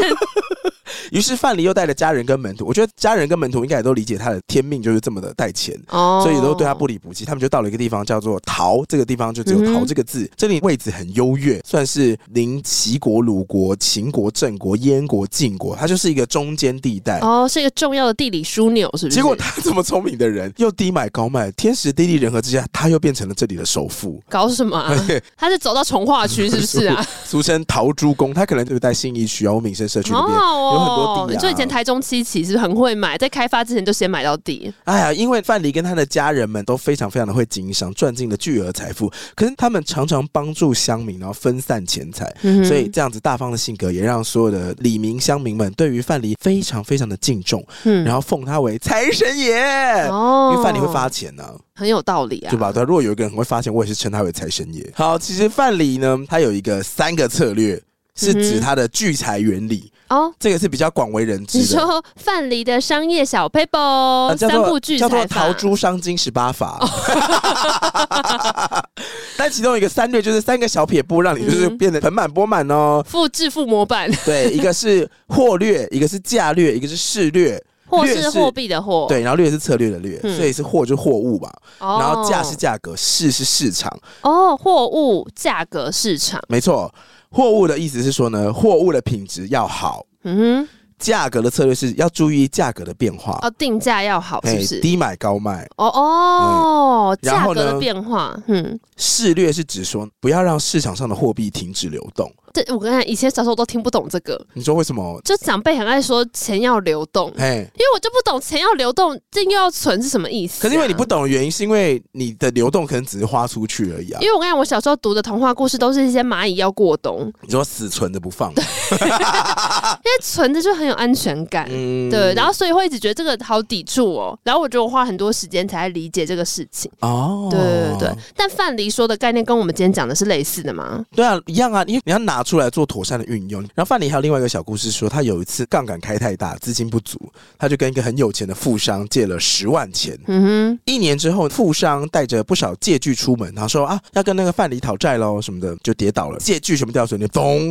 [SPEAKER 1] 于是范蠡又带了家人跟门徒，我觉得家人跟门徒应该也都理解他的天命就是这么的带钱。
[SPEAKER 3] 哦
[SPEAKER 1] 所以都对他不离不弃，他们就到了一个地方叫做“陶”，这个地方就只有“
[SPEAKER 3] 嗯
[SPEAKER 1] 陶”
[SPEAKER 3] 哼
[SPEAKER 1] 这个字。这里位置很优越，算是临齐国、鲁国、秦国、郑国、燕国、晋国，它就是一个中间地带。
[SPEAKER 3] 哦，是一个重要的地理枢纽，是不是？
[SPEAKER 1] 结果他这么聪明的人，又低买高卖，天时地利人和之下，他又变成了这里的首富，
[SPEAKER 3] 搞什 么、啊？他是走到从化区是不是啊？
[SPEAKER 1] 俗称陶朱公。他可能就在信义区啊、或民生社区那
[SPEAKER 3] 好
[SPEAKER 1] 边。
[SPEAKER 3] 好
[SPEAKER 1] 有
[SPEAKER 3] 哦，
[SPEAKER 1] 很多地啊
[SPEAKER 3] 你说以前台中七期是不是很会买，在开发之前就先买到地，
[SPEAKER 1] 哎呀，因为范蠡跟他的家人们都非常非常的会经商，赚进了巨额财富。可是他们常常帮助乡民，然后分散钱财，
[SPEAKER 3] 嗯
[SPEAKER 1] 所以这样子大方的性格也让所有的李明乡民们对于范蠡非常非常的敬重，
[SPEAKER 3] 嗯
[SPEAKER 1] 然后奉他为财神爷。
[SPEAKER 3] 哦
[SPEAKER 1] 因为范蠡会发钱呢、
[SPEAKER 3] 很有道理啊，
[SPEAKER 1] 对吧？对，如果有一个人很会发钱，我也是称他为财神爷。好，其实范蠡呢，他有一个三个策略，是指
[SPEAKER 3] 嗯哼
[SPEAKER 1] 他的聚财原理，
[SPEAKER 3] 哦，
[SPEAKER 1] 这个是比较广为人知
[SPEAKER 3] 你
[SPEAKER 1] 的。
[SPEAKER 3] 说范蠡的商业小 paper
[SPEAKER 1] 啊叫
[SPEAKER 3] 哦三
[SPEAKER 1] 做
[SPEAKER 3] 部剧
[SPEAKER 1] 叫做
[SPEAKER 3] 才
[SPEAKER 1] “桃
[SPEAKER 3] 哦
[SPEAKER 1] 珠伤筋十八法”， 但其中一个三略就是三个小撇步，让你就是
[SPEAKER 3] 嗯
[SPEAKER 1] 变得盆满钵满 哦。
[SPEAKER 3] 复制复模板，
[SPEAKER 1] 对，一个是货略， 一个是价略，一个是势略。
[SPEAKER 3] 货
[SPEAKER 1] 略是
[SPEAKER 3] 是货币的货，，
[SPEAKER 1] 对，然后略是策略的略，
[SPEAKER 3] 哦嗯
[SPEAKER 1] 所以是货就是货物嘛，
[SPEAKER 3] 哦、
[SPEAKER 1] 然后价是价格，市是市场，
[SPEAKER 3] 哦，货物价格市场，
[SPEAKER 1] 没错。货物的意思是说呢，货物的品质要好，
[SPEAKER 3] 嗯哼，
[SPEAKER 1] 价格的策略是要注意价格的变化，
[SPEAKER 3] 哦，定价要好，是
[SPEAKER 1] 哎
[SPEAKER 3] 不是？
[SPEAKER 1] 啊低买高卖。
[SPEAKER 3] 哦哦，
[SPEAKER 1] 然
[SPEAKER 3] 价
[SPEAKER 1] 后
[SPEAKER 3] 格
[SPEAKER 1] 呢
[SPEAKER 3] 的变化，嗯，
[SPEAKER 1] 市略是指说不要让市场上的货币停止流动。
[SPEAKER 3] 这我跟你讲，以前小时候都听不懂这个，
[SPEAKER 1] 你说为什么？
[SPEAKER 3] 就长辈很爱说钱要流动，因
[SPEAKER 1] 哎，
[SPEAKER 3] 为我就不懂钱要流动，这又要存是什么意思、啊
[SPEAKER 1] 可是因为你不。懂的原因，是因为你的流动可能只是花出去而已啊
[SPEAKER 3] 因。为我跟你讲，我小时候读的童话故事都是一些蚂蚁要过冬，因
[SPEAKER 1] 你说死存的不放，
[SPEAKER 3] 为存着就很有安全感，
[SPEAKER 1] 嗯
[SPEAKER 3] 对，然后所以会一直觉得这个好抵触哦。然后我觉得我花很多时间才理解这个事情，
[SPEAKER 1] 哦，
[SPEAKER 3] 对对对。但范蠡说的概念跟我们今天讲的是类似的吗？
[SPEAKER 1] 对啊，一样啊，因为你要拿出来做妥善的运用。然后范蠡还有另外一个小故事说，他有一次杠杆开太大，资金不足，他就跟一个很有钱的富商借了十万钱。
[SPEAKER 3] 嗯
[SPEAKER 1] 一年之后，富商带着不少借据出门，他说啊，要跟那个范蠡讨债喽什么的，就跌倒了，借据全部掉水里，咚，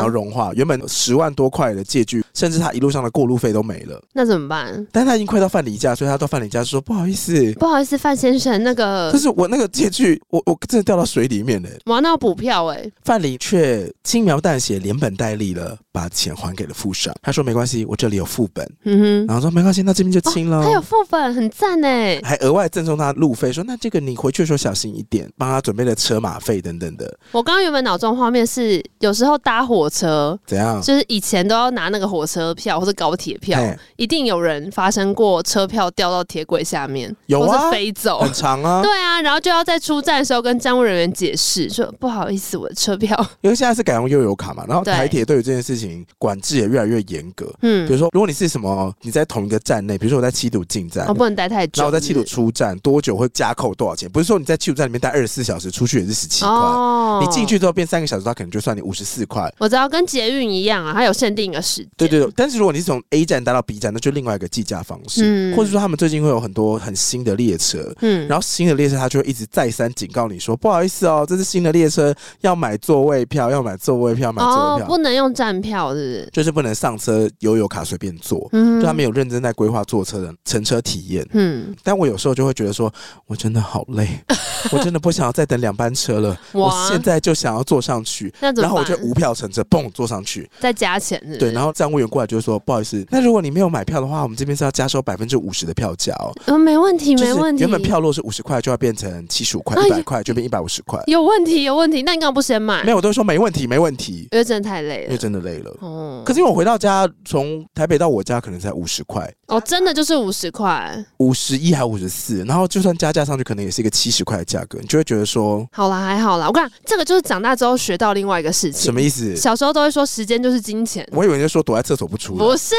[SPEAKER 1] 然后
[SPEAKER 3] 哇，
[SPEAKER 1] 融化。原本十万多块的借据，甚至他一路上的过路费都没了。
[SPEAKER 3] 那怎么办？
[SPEAKER 1] 但他已经快到范蠡家，所以他到范蠡家说不好意思，
[SPEAKER 3] 不好意思，范先生，那个
[SPEAKER 1] 但是我那个借据，我我真的掉到水里面了。
[SPEAKER 3] 我要那要补票哎、
[SPEAKER 1] 范蠡却轻描淡写、连本带利了，把钱还给了富商。他说没关系，我这里有副本。
[SPEAKER 3] 嗯哦哼，
[SPEAKER 1] 然后说没关系，那这边就清了。
[SPEAKER 3] 他有副本，很赞哎、
[SPEAKER 1] 还额外赠送他路费，说那这个你回去的时候小心一点，帮他准备了车马费等等的，
[SPEAKER 3] 我刚刚原本脑中画面是，有时候搭火车，
[SPEAKER 1] 怎样？
[SPEAKER 3] 就是以前都要拿那个火车票或是高铁票
[SPEAKER 1] 嗯嘿，
[SPEAKER 3] 一定有人发生过车票掉到铁轨下面，
[SPEAKER 1] 有啊
[SPEAKER 3] 或是飞走。
[SPEAKER 1] 很长啊，
[SPEAKER 3] 哦 对啊，然后就要在出站的时候跟站务人员解释，说不好意思，我的车票，
[SPEAKER 1] 因为现在是改用悠游卡嘛，然后
[SPEAKER 3] 对
[SPEAKER 1] 台铁对于这件事情管制也越来越严格。比
[SPEAKER 3] 嗯，
[SPEAKER 1] 如说，如果你是什么，你在同一个站内，比如说我在七堵进站
[SPEAKER 3] 哦我，不能待太
[SPEAKER 1] 啊
[SPEAKER 3] 久。
[SPEAKER 1] 然后我在七堵
[SPEAKER 3] 是不是
[SPEAKER 1] 出站，多久会加扣多少钱？不是说你在七堵站里面待二十四小时，出去也是十七块，
[SPEAKER 3] 哦
[SPEAKER 1] 你进，去之后变三个小时，他可能就算你五十四块。
[SPEAKER 3] 我知道跟捷运一样啊，它有限定的时间。
[SPEAKER 1] 对对对，但是如果你是从 A 站搭到 B 站，那就另外一个计价方式，
[SPEAKER 3] 嗯
[SPEAKER 1] 或者说他们最近会有很多很新的列车，
[SPEAKER 3] 嗯，
[SPEAKER 1] 然后新的列车它就会一直再三警告你说，不好意思哦，这是新的列车，要买座位票，要买座位票，买座位
[SPEAKER 3] 哦，
[SPEAKER 1] 票，
[SPEAKER 3] 不能用站票，是不是？
[SPEAKER 1] 就是不能上车悠游卡随便坐，
[SPEAKER 3] 嗯
[SPEAKER 1] 就他们有认真在规划坐车的乘车体验。
[SPEAKER 3] 嗯，
[SPEAKER 1] 但我有时候就会觉得说，我真的好累， 我真的不想要再等两班车了，我
[SPEAKER 3] 哇
[SPEAKER 1] 现在就想要坐上去。
[SPEAKER 3] 那怎
[SPEAKER 1] 然
[SPEAKER 3] 么
[SPEAKER 1] 后我
[SPEAKER 3] 办？
[SPEAKER 1] 就无票乘车，蹦坐上去，
[SPEAKER 3] 再加钱是不是，
[SPEAKER 1] 对，然后站务员过来就会说：“不好意思，那如果你没有买票的话，我们这边是要加收百分之五十的票价哦。
[SPEAKER 3] 嗯，没问题，
[SPEAKER 1] 就是
[SPEAKER 3] 没问题。
[SPEAKER 1] 原本票落是五十块，就要变成七十五块，
[SPEAKER 3] 哎
[SPEAKER 1] 一
[SPEAKER 3] 呀
[SPEAKER 1] 百块就变一百五十块。
[SPEAKER 3] 有问题，有问题，那你干嘛不先买？
[SPEAKER 1] 没有，我都说没问题，没问题，
[SPEAKER 3] 因为真的太累
[SPEAKER 1] 因为
[SPEAKER 3] 了。
[SPEAKER 1] 真的累了。
[SPEAKER 3] 哦，
[SPEAKER 1] 可是因为我回到家，从台北到我家可能才五十块，
[SPEAKER 3] 哦，真的就是五十块。
[SPEAKER 1] 五十一还五十四，然后就算加价上去，可能也是一个七十块的价格，你就会觉得说
[SPEAKER 3] 好啦，还好啦。我跟你讲，这个就是长大之后学到另外一个事情。
[SPEAKER 1] 什么意思？
[SPEAKER 3] 小时候都会说时间就是金钱，
[SPEAKER 1] 我以为你就说躲在厕所不出来。
[SPEAKER 3] 不是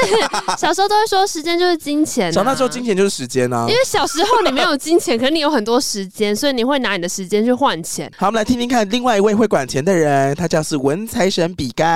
[SPEAKER 3] 小时候都会说时间就是金钱、啊。
[SPEAKER 1] 长大之后，金钱就是时间啊
[SPEAKER 3] 因。为小时候你没有金钱，可是你有很多时间，所以你会拿你的时间去换钱。
[SPEAKER 1] 好，我们来听听看另外一位会管钱的人，他叫是文财神比干。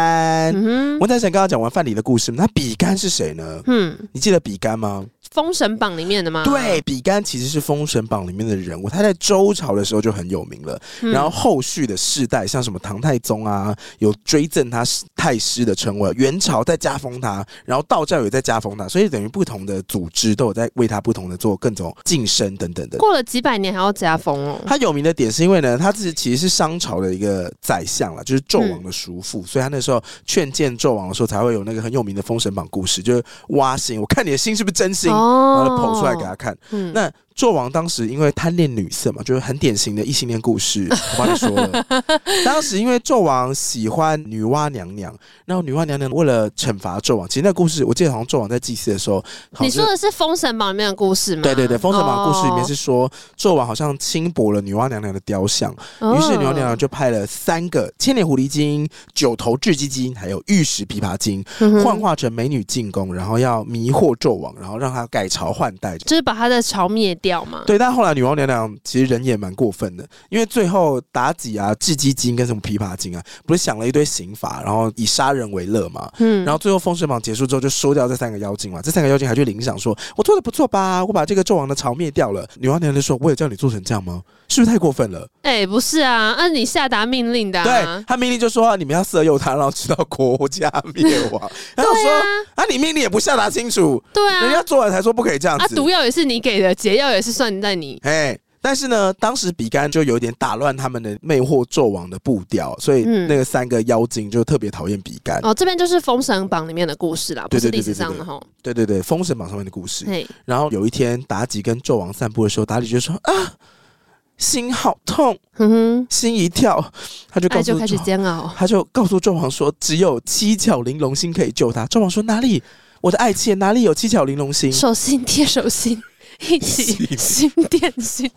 [SPEAKER 3] 嗯哼，
[SPEAKER 1] 文财神刚刚讲完范蠡的故事，那比干是谁呢？
[SPEAKER 3] 嗯，
[SPEAKER 1] 你记得比干吗？
[SPEAKER 3] 《封神榜》里面的吗？
[SPEAKER 1] 对，比干其实是《封神榜》里面的人物，他在周朝的时候就很有名了。
[SPEAKER 3] 嗯，
[SPEAKER 1] 然后后续的世代，像什么唐太宗啊，有追赠他太师的称谓；元朝在加封他，然后道教也在加封他，所以等于不同的组织都有在为他不同的做各种晋升等等的。
[SPEAKER 3] 过了几百年还要加封哦。
[SPEAKER 1] 他有名的点是因为呢，他自己其实是商朝的一个宰相了，就是纣
[SPEAKER 3] 嗯
[SPEAKER 1] 王的叔父，所以他那时候劝谏纣王的时候，才会有那个很有名的《封神榜》故事，就是挖心，我看你的心是不是真心，然后就
[SPEAKER 3] 哦
[SPEAKER 1] 剖出来给他看。
[SPEAKER 3] 嗯
[SPEAKER 1] 那纣王当时因为贪恋女色嘛，就是很典型的异性恋故 事，我帮你说了。当时因为纣王喜欢女娲娘娘，然后女娲娘娘为了惩罚纣王，其实那故事我记得好像纣王在祭祀的时候，好像
[SPEAKER 3] 你
[SPEAKER 1] 是
[SPEAKER 3] 说的是《封神榜》里面的故事吗？
[SPEAKER 1] 对对对，《封神榜》故事里面
[SPEAKER 3] 哦
[SPEAKER 1] 是说纣王好像轻薄了女娲娘娘的雕像，于
[SPEAKER 3] 于
[SPEAKER 1] 是牛
[SPEAKER 3] 哦
[SPEAKER 1] 娘娘就派了三个千年狐狸精、九头雉鸡精，还有玉石琵琶精，
[SPEAKER 3] 嗯
[SPEAKER 1] 幻化成美女进宫，然后要迷惑纣王，然后让他改朝换代。
[SPEAKER 3] 就是把他的巢灭掉嘛。
[SPEAKER 1] 对，但后来女王娘娘其实人也蛮过分的，因为最后妲己啊、雉鸡精跟什么琵琶精啊，不是想了一堆刑罚，然后以杀人为乐嘛。
[SPEAKER 3] 嗯
[SPEAKER 1] 然后最后封神榜结束之后，就收掉这三个妖精嘛。这三个妖精还去领赏说：“我做的不错吧？我把这个纣王的朝灭掉了。”女王娘娘就说：“我有叫你做成这样吗？是不是太过分了？”
[SPEAKER 3] 哎、不是啊，按、你下达命令的、
[SPEAKER 1] 对
[SPEAKER 3] 啊。
[SPEAKER 1] 他命令就说你们要色诱他，然后直到国家灭 亡。然后
[SPEAKER 3] 对
[SPEAKER 1] 说
[SPEAKER 3] 啊，
[SPEAKER 1] 啊，你命令也不下达清楚，
[SPEAKER 3] 对
[SPEAKER 1] 人
[SPEAKER 3] 啊
[SPEAKER 1] 家，做完才说不可以这样
[SPEAKER 3] 啊，
[SPEAKER 1] 子
[SPEAKER 3] 毒。药也是你给的，解药也是算在你。
[SPEAKER 1] 哎，但是呢，当时比干就有点打乱他们的魅惑纣王的步调，所以
[SPEAKER 3] 嗯
[SPEAKER 1] 那个三个妖精就特别讨厌比干。
[SPEAKER 3] 哦，这边就是《封神榜》里面的故事啦，不
[SPEAKER 1] 对
[SPEAKER 3] 是
[SPEAKER 1] 对对
[SPEAKER 3] 历
[SPEAKER 1] 对
[SPEAKER 3] 史
[SPEAKER 1] 对
[SPEAKER 3] 上的
[SPEAKER 1] 对
[SPEAKER 3] 哈。
[SPEAKER 1] 对对对，《封神榜》上面的故事。
[SPEAKER 3] 嘿，
[SPEAKER 1] 然后有一天，妲己跟纣王散步的时候，妲己就说：“啊，心好痛，
[SPEAKER 3] 哼嗯哼，
[SPEAKER 1] 心一跳。”他就告
[SPEAKER 3] 爱
[SPEAKER 1] 诉
[SPEAKER 3] 就开始
[SPEAKER 1] 纣
[SPEAKER 3] 煎熬。
[SPEAKER 1] 他就告诉纣王说，只有七巧玲珑心可以救他。纣王说哪里？我的爱妾哪里有七巧玲珑心？
[SPEAKER 3] 手心贴手心，一起心电心。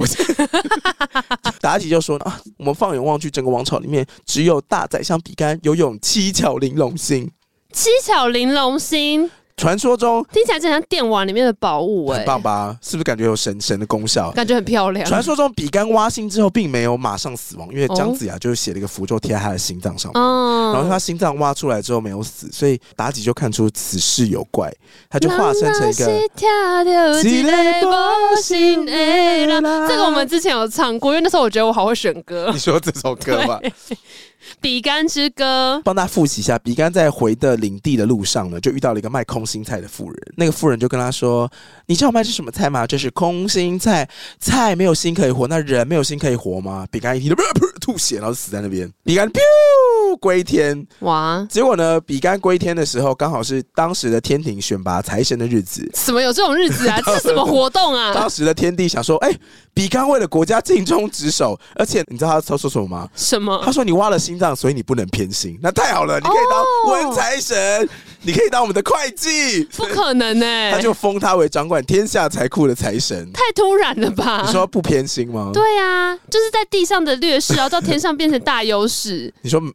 [SPEAKER 1] 妲己就说啊，我们放眼望去，整个王朝里面只有大宰相比干有用七巧玲珑心。
[SPEAKER 3] 七巧玲珑心，
[SPEAKER 1] 传说中
[SPEAKER 3] 听起来就很像电玩里面的宝物哎、
[SPEAKER 1] 很棒吧？是不是感觉有神神的功效？
[SPEAKER 3] 感觉很漂亮。
[SPEAKER 1] 传说中比干挖心之后，并没有马上死亡，因为姜子牙就是写了一个符咒贴在他的心脏上面。
[SPEAKER 3] 嗯，
[SPEAKER 1] 然后他心脏挖出来之后没有死，所以妲己就看出此事有怪，他就化身成一个
[SPEAKER 3] 个这个我们之前有唱过，因为那时候我觉得我好会选 歌，
[SPEAKER 1] 你说这首歌 吧，
[SPEAKER 3] 《比干之歌》。
[SPEAKER 1] 帮大家复习一下。比干在回的领地的路上呢，就遇到了一个卖空心菜的妇人。那个妇人就跟他说：“你知道我卖的是什么菜吗？这是空心菜，菜没有心可以活，那人没有心可以活吗？”比干一听就吐血，然后死在那边。比干 biu 归天。
[SPEAKER 3] 哇，
[SPEAKER 1] 结果呢，比干归天的时候，刚好是当时的天庭选拔财神的日子。
[SPEAKER 3] 怎么有这种日子 啊？这是什么活动啊
[SPEAKER 1] 当？时的天帝想说：“哎、比干为了国家尽忠职守，而且你知道他他说什么吗？
[SPEAKER 3] 什 么
[SPEAKER 1] 他？说你挖了心脏，所以你不能偏心。那太好了，你可以当文财神，你可以当我们的会计。
[SPEAKER 3] 不可能哎、
[SPEAKER 1] 他就封他为掌管天下财库的财神。
[SPEAKER 3] 太突然了吧？
[SPEAKER 1] 你说不偏心吗？
[SPEAKER 3] 啊对啊，就是在地上的劣势，然后到天上变成大优势。
[SPEAKER 1] 你说嗯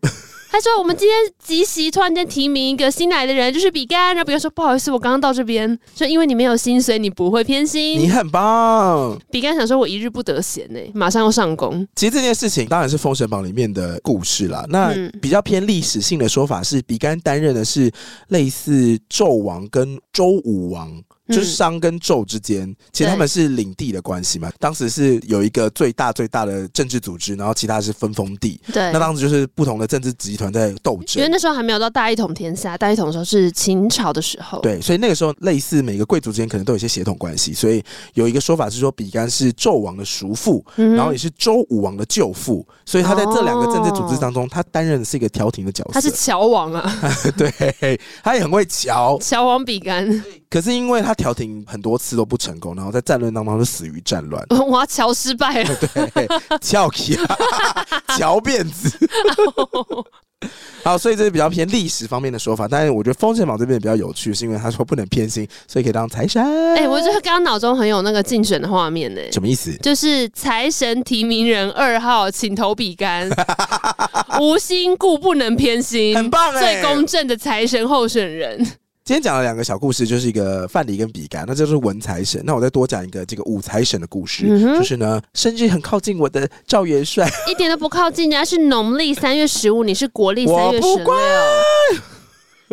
[SPEAKER 3] 他说：“我们今天集席，突然间提名一个新来的人，就是比干。”然后比干说：“不好意思，我刚刚到这边，就因为你没有心，所以你不会偏
[SPEAKER 1] 你
[SPEAKER 3] 心。
[SPEAKER 1] 很棒。”
[SPEAKER 3] 比干想说：“我一日不得闲呢、马上要上工。
[SPEAKER 1] 其实这件事情当然是《封神榜》里面的故事啦。那
[SPEAKER 3] 嗯
[SPEAKER 1] 比较偏历史性的说法是，比干担任的是类似纣王跟周武王。
[SPEAKER 3] 嗯
[SPEAKER 1] 就是商跟纣之间，其实他们是领地的关系嘛。当时是有一个最大最大的政治组织，然后其他是分封地。”
[SPEAKER 3] 对
[SPEAKER 1] 那当时就是不同的政治集团在斗
[SPEAKER 3] 因为
[SPEAKER 1] 争。
[SPEAKER 3] 那时候还没有到大一统天下，大一统的时候是秦朝的时候。，
[SPEAKER 1] 对，所以那个时候，类似每个贵族之间可能都有一些血统关系，所以有一个说法是说，比干是纣王的叔父，
[SPEAKER 3] 嗯
[SPEAKER 1] 然后也是周武王的舅父，所以他在这两个政治组织当中，他担任的是一个调停的角
[SPEAKER 3] 他是
[SPEAKER 1] 色。
[SPEAKER 3] 乔王 啊，
[SPEAKER 1] 对，他也很会瞧，
[SPEAKER 3] 乔王比干，。
[SPEAKER 1] 可是因为他调停很多次都不成功，然后在战乱当中就死于战乱
[SPEAKER 3] 我要乔失败了。
[SPEAKER 1] 对， 翘起 啊，翘辫子。好，所以这是比较偏历史方面的说法，但是我觉得封神榜这边也比较有趣，是因为他说不能偏心，所以可以当财神。
[SPEAKER 3] 哎、我觉得刚刚脑中很有那个竞选的画 面呢、
[SPEAKER 1] 什么意思？
[SPEAKER 3] 就是财神提名人二号，请投 比干，无心故不能偏心，
[SPEAKER 1] 很棒哎、
[SPEAKER 3] 最公正的财神候选人。
[SPEAKER 1] 今天讲了两个小故事，就是一个范蠡跟比干，那这就是文财神。那我再多讲一个这个武财神的故事，
[SPEAKER 3] 嗯哼
[SPEAKER 1] 就是呢，生日很靠近我的赵元帅，
[SPEAKER 3] 一点都不靠近，人家是农历三月十五，你是国历三
[SPEAKER 1] 我
[SPEAKER 3] 月十
[SPEAKER 1] 不
[SPEAKER 3] 六
[SPEAKER 1] 管。。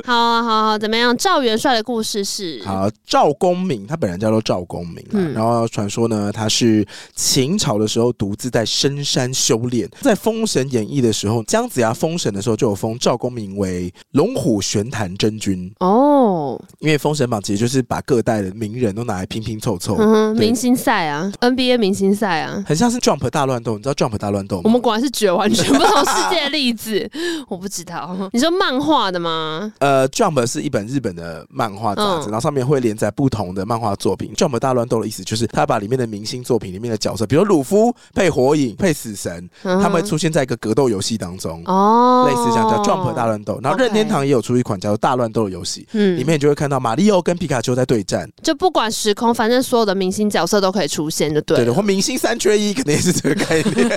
[SPEAKER 3] 好啊，好啊好啊，怎么样？赵元帅的故事是，
[SPEAKER 1] 好，赵公明，他本人叫做赵公明、啊
[SPEAKER 3] 嗯
[SPEAKER 1] 然后传说呢，他是秦朝的时候独自在深山修炼。在《封神演义》的时候，姜子牙封神的时候就有封赵公明为龙虎玄坛真君，
[SPEAKER 3] 哦，
[SPEAKER 1] 因为《封神榜》其实就是把各代的名人都拿来拼拼凑凑，
[SPEAKER 3] 嗯哼，
[SPEAKER 1] 哦对
[SPEAKER 3] 明星赛啊，NBA 明星赛啊，
[SPEAKER 1] 很像是 Jump 大乱斗，你知道 Jump 大乱斗吗？
[SPEAKER 3] 我们果然是举了完全不同世界的例子。 我不知道，你说漫画的吗？
[SPEAKER 1] 呃，Jump 是一本日本的漫画杂志，
[SPEAKER 3] 嗯
[SPEAKER 1] 然后上面会连载不同的漫画作品。Jump 大乱斗的意思就是，他把里面的明星作品里面的角色，比如鲁夫配火影配死神，
[SPEAKER 3] 他
[SPEAKER 1] 他们会出现在一个格斗游戏当中，
[SPEAKER 3] 嗯哦，
[SPEAKER 1] 类似这样叫 Jump 大，乱斗。然后
[SPEAKER 3] OK
[SPEAKER 1] 任天堂也有出一款叫做大乱斗的游戏，
[SPEAKER 3] 嗯
[SPEAKER 1] 里面你就会看到马里奥跟皮卡丘在对战，
[SPEAKER 3] 就不管时空，反正所有的明星角色都可以出现，就对
[SPEAKER 1] 对
[SPEAKER 3] 了。
[SPEAKER 1] 的，或明星三缺一，肯定也是这个概 念。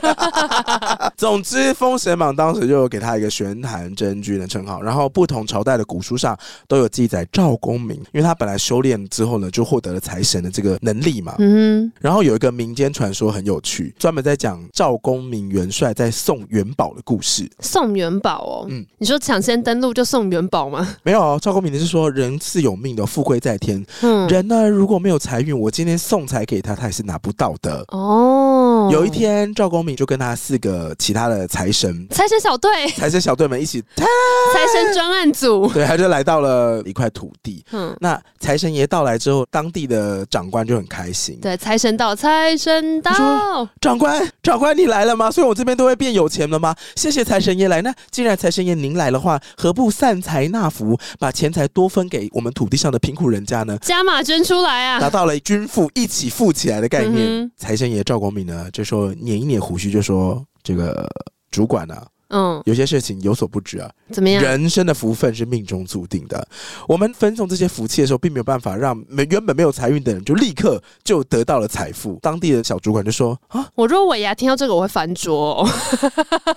[SPEAKER 1] 总之，《封神榜》当时就有给他一个玄坛真君的称号，然后不同朝代的古书上都有记载赵公明，因为他本来修炼之后呢，就获得了财神的这个能力嘛。
[SPEAKER 3] 嗯
[SPEAKER 1] 然后有一个民间传说很有趣，专门在讲赵公明元帅在送元宝的故事。
[SPEAKER 3] 哼，送元宝哦。
[SPEAKER 1] 嗯
[SPEAKER 3] 你说抢先登录就送元宝吗？
[SPEAKER 1] 没有哦，赵公明的是说人是有命的，富贵在天。
[SPEAKER 3] 嗯，
[SPEAKER 1] 人呢如果没有财运，我今天送财给他，他也是拿不到的。
[SPEAKER 3] 哦。哦
[SPEAKER 1] 有一天，赵公明就跟他四个其他的财神、
[SPEAKER 3] 财神小队、
[SPEAKER 1] 财神小队们一起，
[SPEAKER 3] 财神专案组，
[SPEAKER 1] 对，他就来到了一块土地。
[SPEAKER 3] 嗯，
[SPEAKER 1] 那财神爷到来之后，当地的长官就很开心。
[SPEAKER 3] 对，财神到，财神
[SPEAKER 1] 你
[SPEAKER 3] 到
[SPEAKER 1] 说，长官，长官，你来了吗？所以我这边都会变有钱了吗？谢谢财神爷来。那既然财神爷您来的话，何不散财纳福，把钱财多分给我们土地上的贫苦人家呢？
[SPEAKER 3] 加码捐出来啊！
[SPEAKER 1] 达到了均富一起富起来的概
[SPEAKER 3] 嗯
[SPEAKER 1] 念
[SPEAKER 3] 哼。
[SPEAKER 1] 财、神爷赵光明呢，就说捻一捻胡须，就说这个主管啊，
[SPEAKER 3] 嗯，
[SPEAKER 1] 有些事情有所不知啊，
[SPEAKER 3] 怎么样？
[SPEAKER 1] 人生的福分是命中注定的。我们分送这些福气的时候，并没有办法让没原本没有财运的人就立刻就得到了财富。当地的小主管就 说啊，
[SPEAKER 3] 我如果尾牙听到这个，我会翻桌、哦，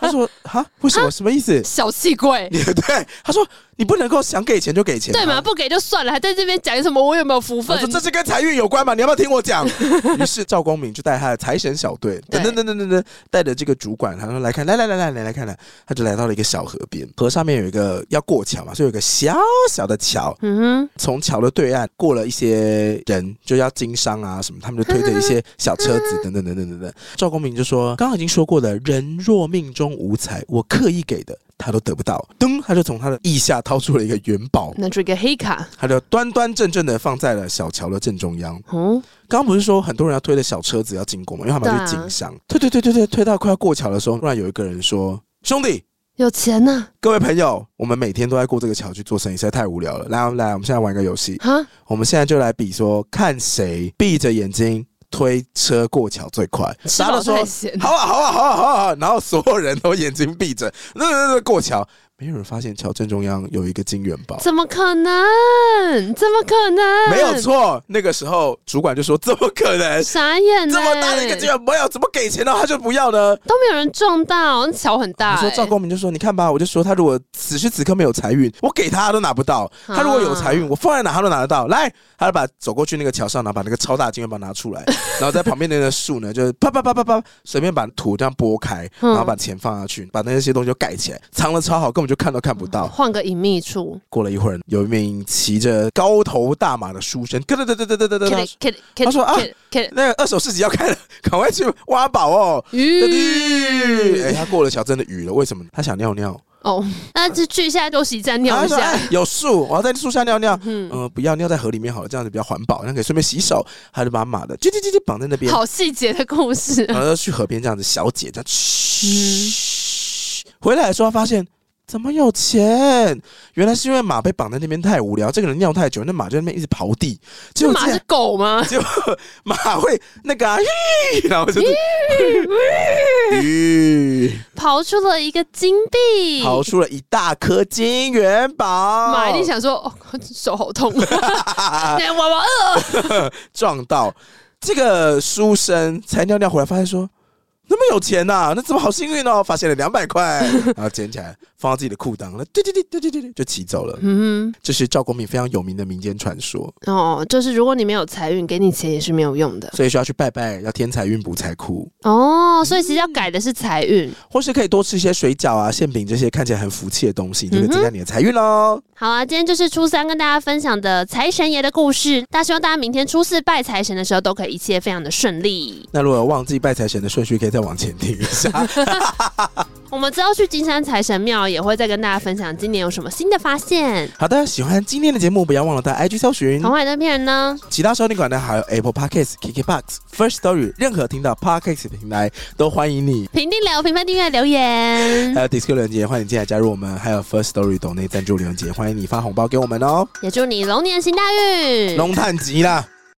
[SPEAKER 1] 他说啊，为什么？什么意思？
[SPEAKER 3] 小气鬼。
[SPEAKER 1] 你对他说，你不能够想给钱就给钱、啊，
[SPEAKER 3] 对嘛？？不给就算了，还在这边讲什么我有没有福
[SPEAKER 1] 我
[SPEAKER 3] 分
[SPEAKER 1] 说？这是跟财运有关嘛？你要不要听我讲？于是赵光明就带他的财神小队，
[SPEAKER 3] 对
[SPEAKER 1] 等等等等等等，带着这个主管，他说来看，来来来来来来看来，他就来到了一个小河边，河上面有一个要过桥嘛，所以有一个小小的桥，
[SPEAKER 3] 嗯
[SPEAKER 1] 从桥的对岸过了一些人，就要经商啊什么，他们就推着一些小车子，等等等等等等。赵公明就说：“刚刚已经说过的，人若命中无财，我刻意给的。”他都得不到，噔，他就从他的腋下掏出了一个元宝
[SPEAKER 3] 哼，，那就一个黑卡。
[SPEAKER 1] 他就端端正正的放在了小桥的正中央。
[SPEAKER 3] 哦，
[SPEAKER 1] 刚刚不是说很多人要推着小车子要经过吗？因为他们要去
[SPEAKER 3] 对啊
[SPEAKER 1] 经商，推推推推推推到快要过桥的时候，突然有一个人说：“兄弟，
[SPEAKER 3] 有钱呐、
[SPEAKER 1] 各位朋友，我们每天都在过这个桥去做生意，实在太无聊了。来，我们来，我们现在玩一个游戏。
[SPEAKER 3] 啊！
[SPEAKER 1] 我们现在就来比说，看谁闭着眼睛推车过桥最快。
[SPEAKER 3] 吃
[SPEAKER 1] 大家
[SPEAKER 3] 饱
[SPEAKER 1] 都说
[SPEAKER 3] 太闲，
[SPEAKER 1] 好啊，好啊，好啊，好啊，好啊！然后所有人都眼睛闭着，那那那过桥，没有人发现桥正中央有一个金元宝。
[SPEAKER 3] 怎么可能？怎么可能？
[SPEAKER 1] 没有，错，那个时候主管就说：“怎么可能？
[SPEAKER 3] 傻眼、欸！
[SPEAKER 1] 这么大的一个金元宝，要怎么给钱呢？他就不要呢？”
[SPEAKER 3] 都没有人撞到，那桥很大、
[SPEAKER 1] 你
[SPEAKER 3] 欸。
[SPEAKER 1] 说赵公明就说：“你看吧，我就说他如果此时此刻没有财运，我给他都拿不到；他如果有财运，我放在哪他都拿得到。来，他就把走过去那个桥上，然后把那个超大金元宝拿出来，然后在旁边那个树呢，就是啪啪啪啪啪，随便把土这样拨开，
[SPEAKER 3] 嗯
[SPEAKER 1] 然后把钱放下去，把那些东西就盖起来，藏的超好，根本就看都看不到。
[SPEAKER 3] 换个隐秘处，
[SPEAKER 1] 过了一会儿，有一名骑着高头大马的书生，咯噔噔噔噔噔噔
[SPEAKER 3] k
[SPEAKER 1] 噔，
[SPEAKER 3] i
[SPEAKER 1] 他说啊
[SPEAKER 3] k i
[SPEAKER 1] 那个二手市集要开了，赶快去挖宝哦！
[SPEAKER 3] 嗯鱼
[SPEAKER 1] 哎，他过了桥，真的雨了，为什么？他想尿尿。”
[SPEAKER 3] 哦，那就去一下休息站
[SPEAKER 1] 然
[SPEAKER 3] 尿
[SPEAKER 1] 后
[SPEAKER 3] 一
[SPEAKER 1] 说
[SPEAKER 3] 下。
[SPEAKER 1] 哎有树，我要在树下尿尿。嗯、
[SPEAKER 3] 嗯
[SPEAKER 1] 不要尿在河里面好了，这样子比较环保，那可以顺便洗手。他就把马的就就就就绑在那边，
[SPEAKER 3] 好嗯细节的故事啊、
[SPEAKER 1] 然后去河边这样子小姐这样嘘。回来的时候发现怎么有钱？原来是因为马被绑在那边太无聊，这个人尿太久，那马就在那边一直刨地，结
[SPEAKER 3] 这
[SPEAKER 1] 果
[SPEAKER 3] 马
[SPEAKER 1] 竟
[SPEAKER 3] 是
[SPEAKER 1] 然
[SPEAKER 3] 狗吗？
[SPEAKER 1] 结果马会那个啊， 吁然后就是 吁
[SPEAKER 3] 刨出了一个金币，
[SPEAKER 1] 刨出了一大颗金元宝，
[SPEAKER 3] 马一定想说，哦，手 好痛，对，娃娃饿，
[SPEAKER 1] 撞到这个书生，才尿尿回来，发现说那么有钱呐、那怎么好幸运哦？发现了两百 块，然后捡起来放到自己的裤裆，那对对对对对对对，就骑走了。
[SPEAKER 3] 嗯
[SPEAKER 1] 这是赵公明非常有名的民间传说，
[SPEAKER 3] 哼，哦，就是如果你没有财运，给你钱也是没有用的
[SPEAKER 1] 所以说要去拜拜，要添财运补财库，
[SPEAKER 3] 哦，所以其实要改的是财运。
[SPEAKER 1] 或是可以多吃一些水饺啊、馅饼这些看起来很福气的东西，就会
[SPEAKER 3] 嗯哼
[SPEAKER 1] 增加你的财运喽。
[SPEAKER 2] 好啊，今天就是初三跟大家分享的财神爷的故事。大家希望大家明天初四拜财神的时候，都可以一切非常的顺利。
[SPEAKER 1] 那如果有忘记拜财神的顺序，可以再往前听一下。
[SPEAKER 2] 我们之后去金山财神庙，也会再跟大家分享今年有什么新的发现。
[SPEAKER 1] 好的，喜欢今天的节目，不要忘了到 IG 搜
[SPEAKER 3] 嗯
[SPEAKER 1] 寻
[SPEAKER 2] 童话那片人呢？
[SPEAKER 1] 其他收听管道还有 Apple Podcasts、KKBox、First Story，任何听到 Podcast 的平台都欢迎你。
[SPEAKER 2] 评定留评分、订阅、留言，
[SPEAKER 1] 还有 Discord 连接，欢迎你进来加入我们。还有 First Story 抖内赞助连接，欢迎你发红包给我们哦。
[SPEAKER 3] 嗯
[SPEAKER 2] 也祝你龙年行大运。
[SPEAKER 1] 龙探集啦，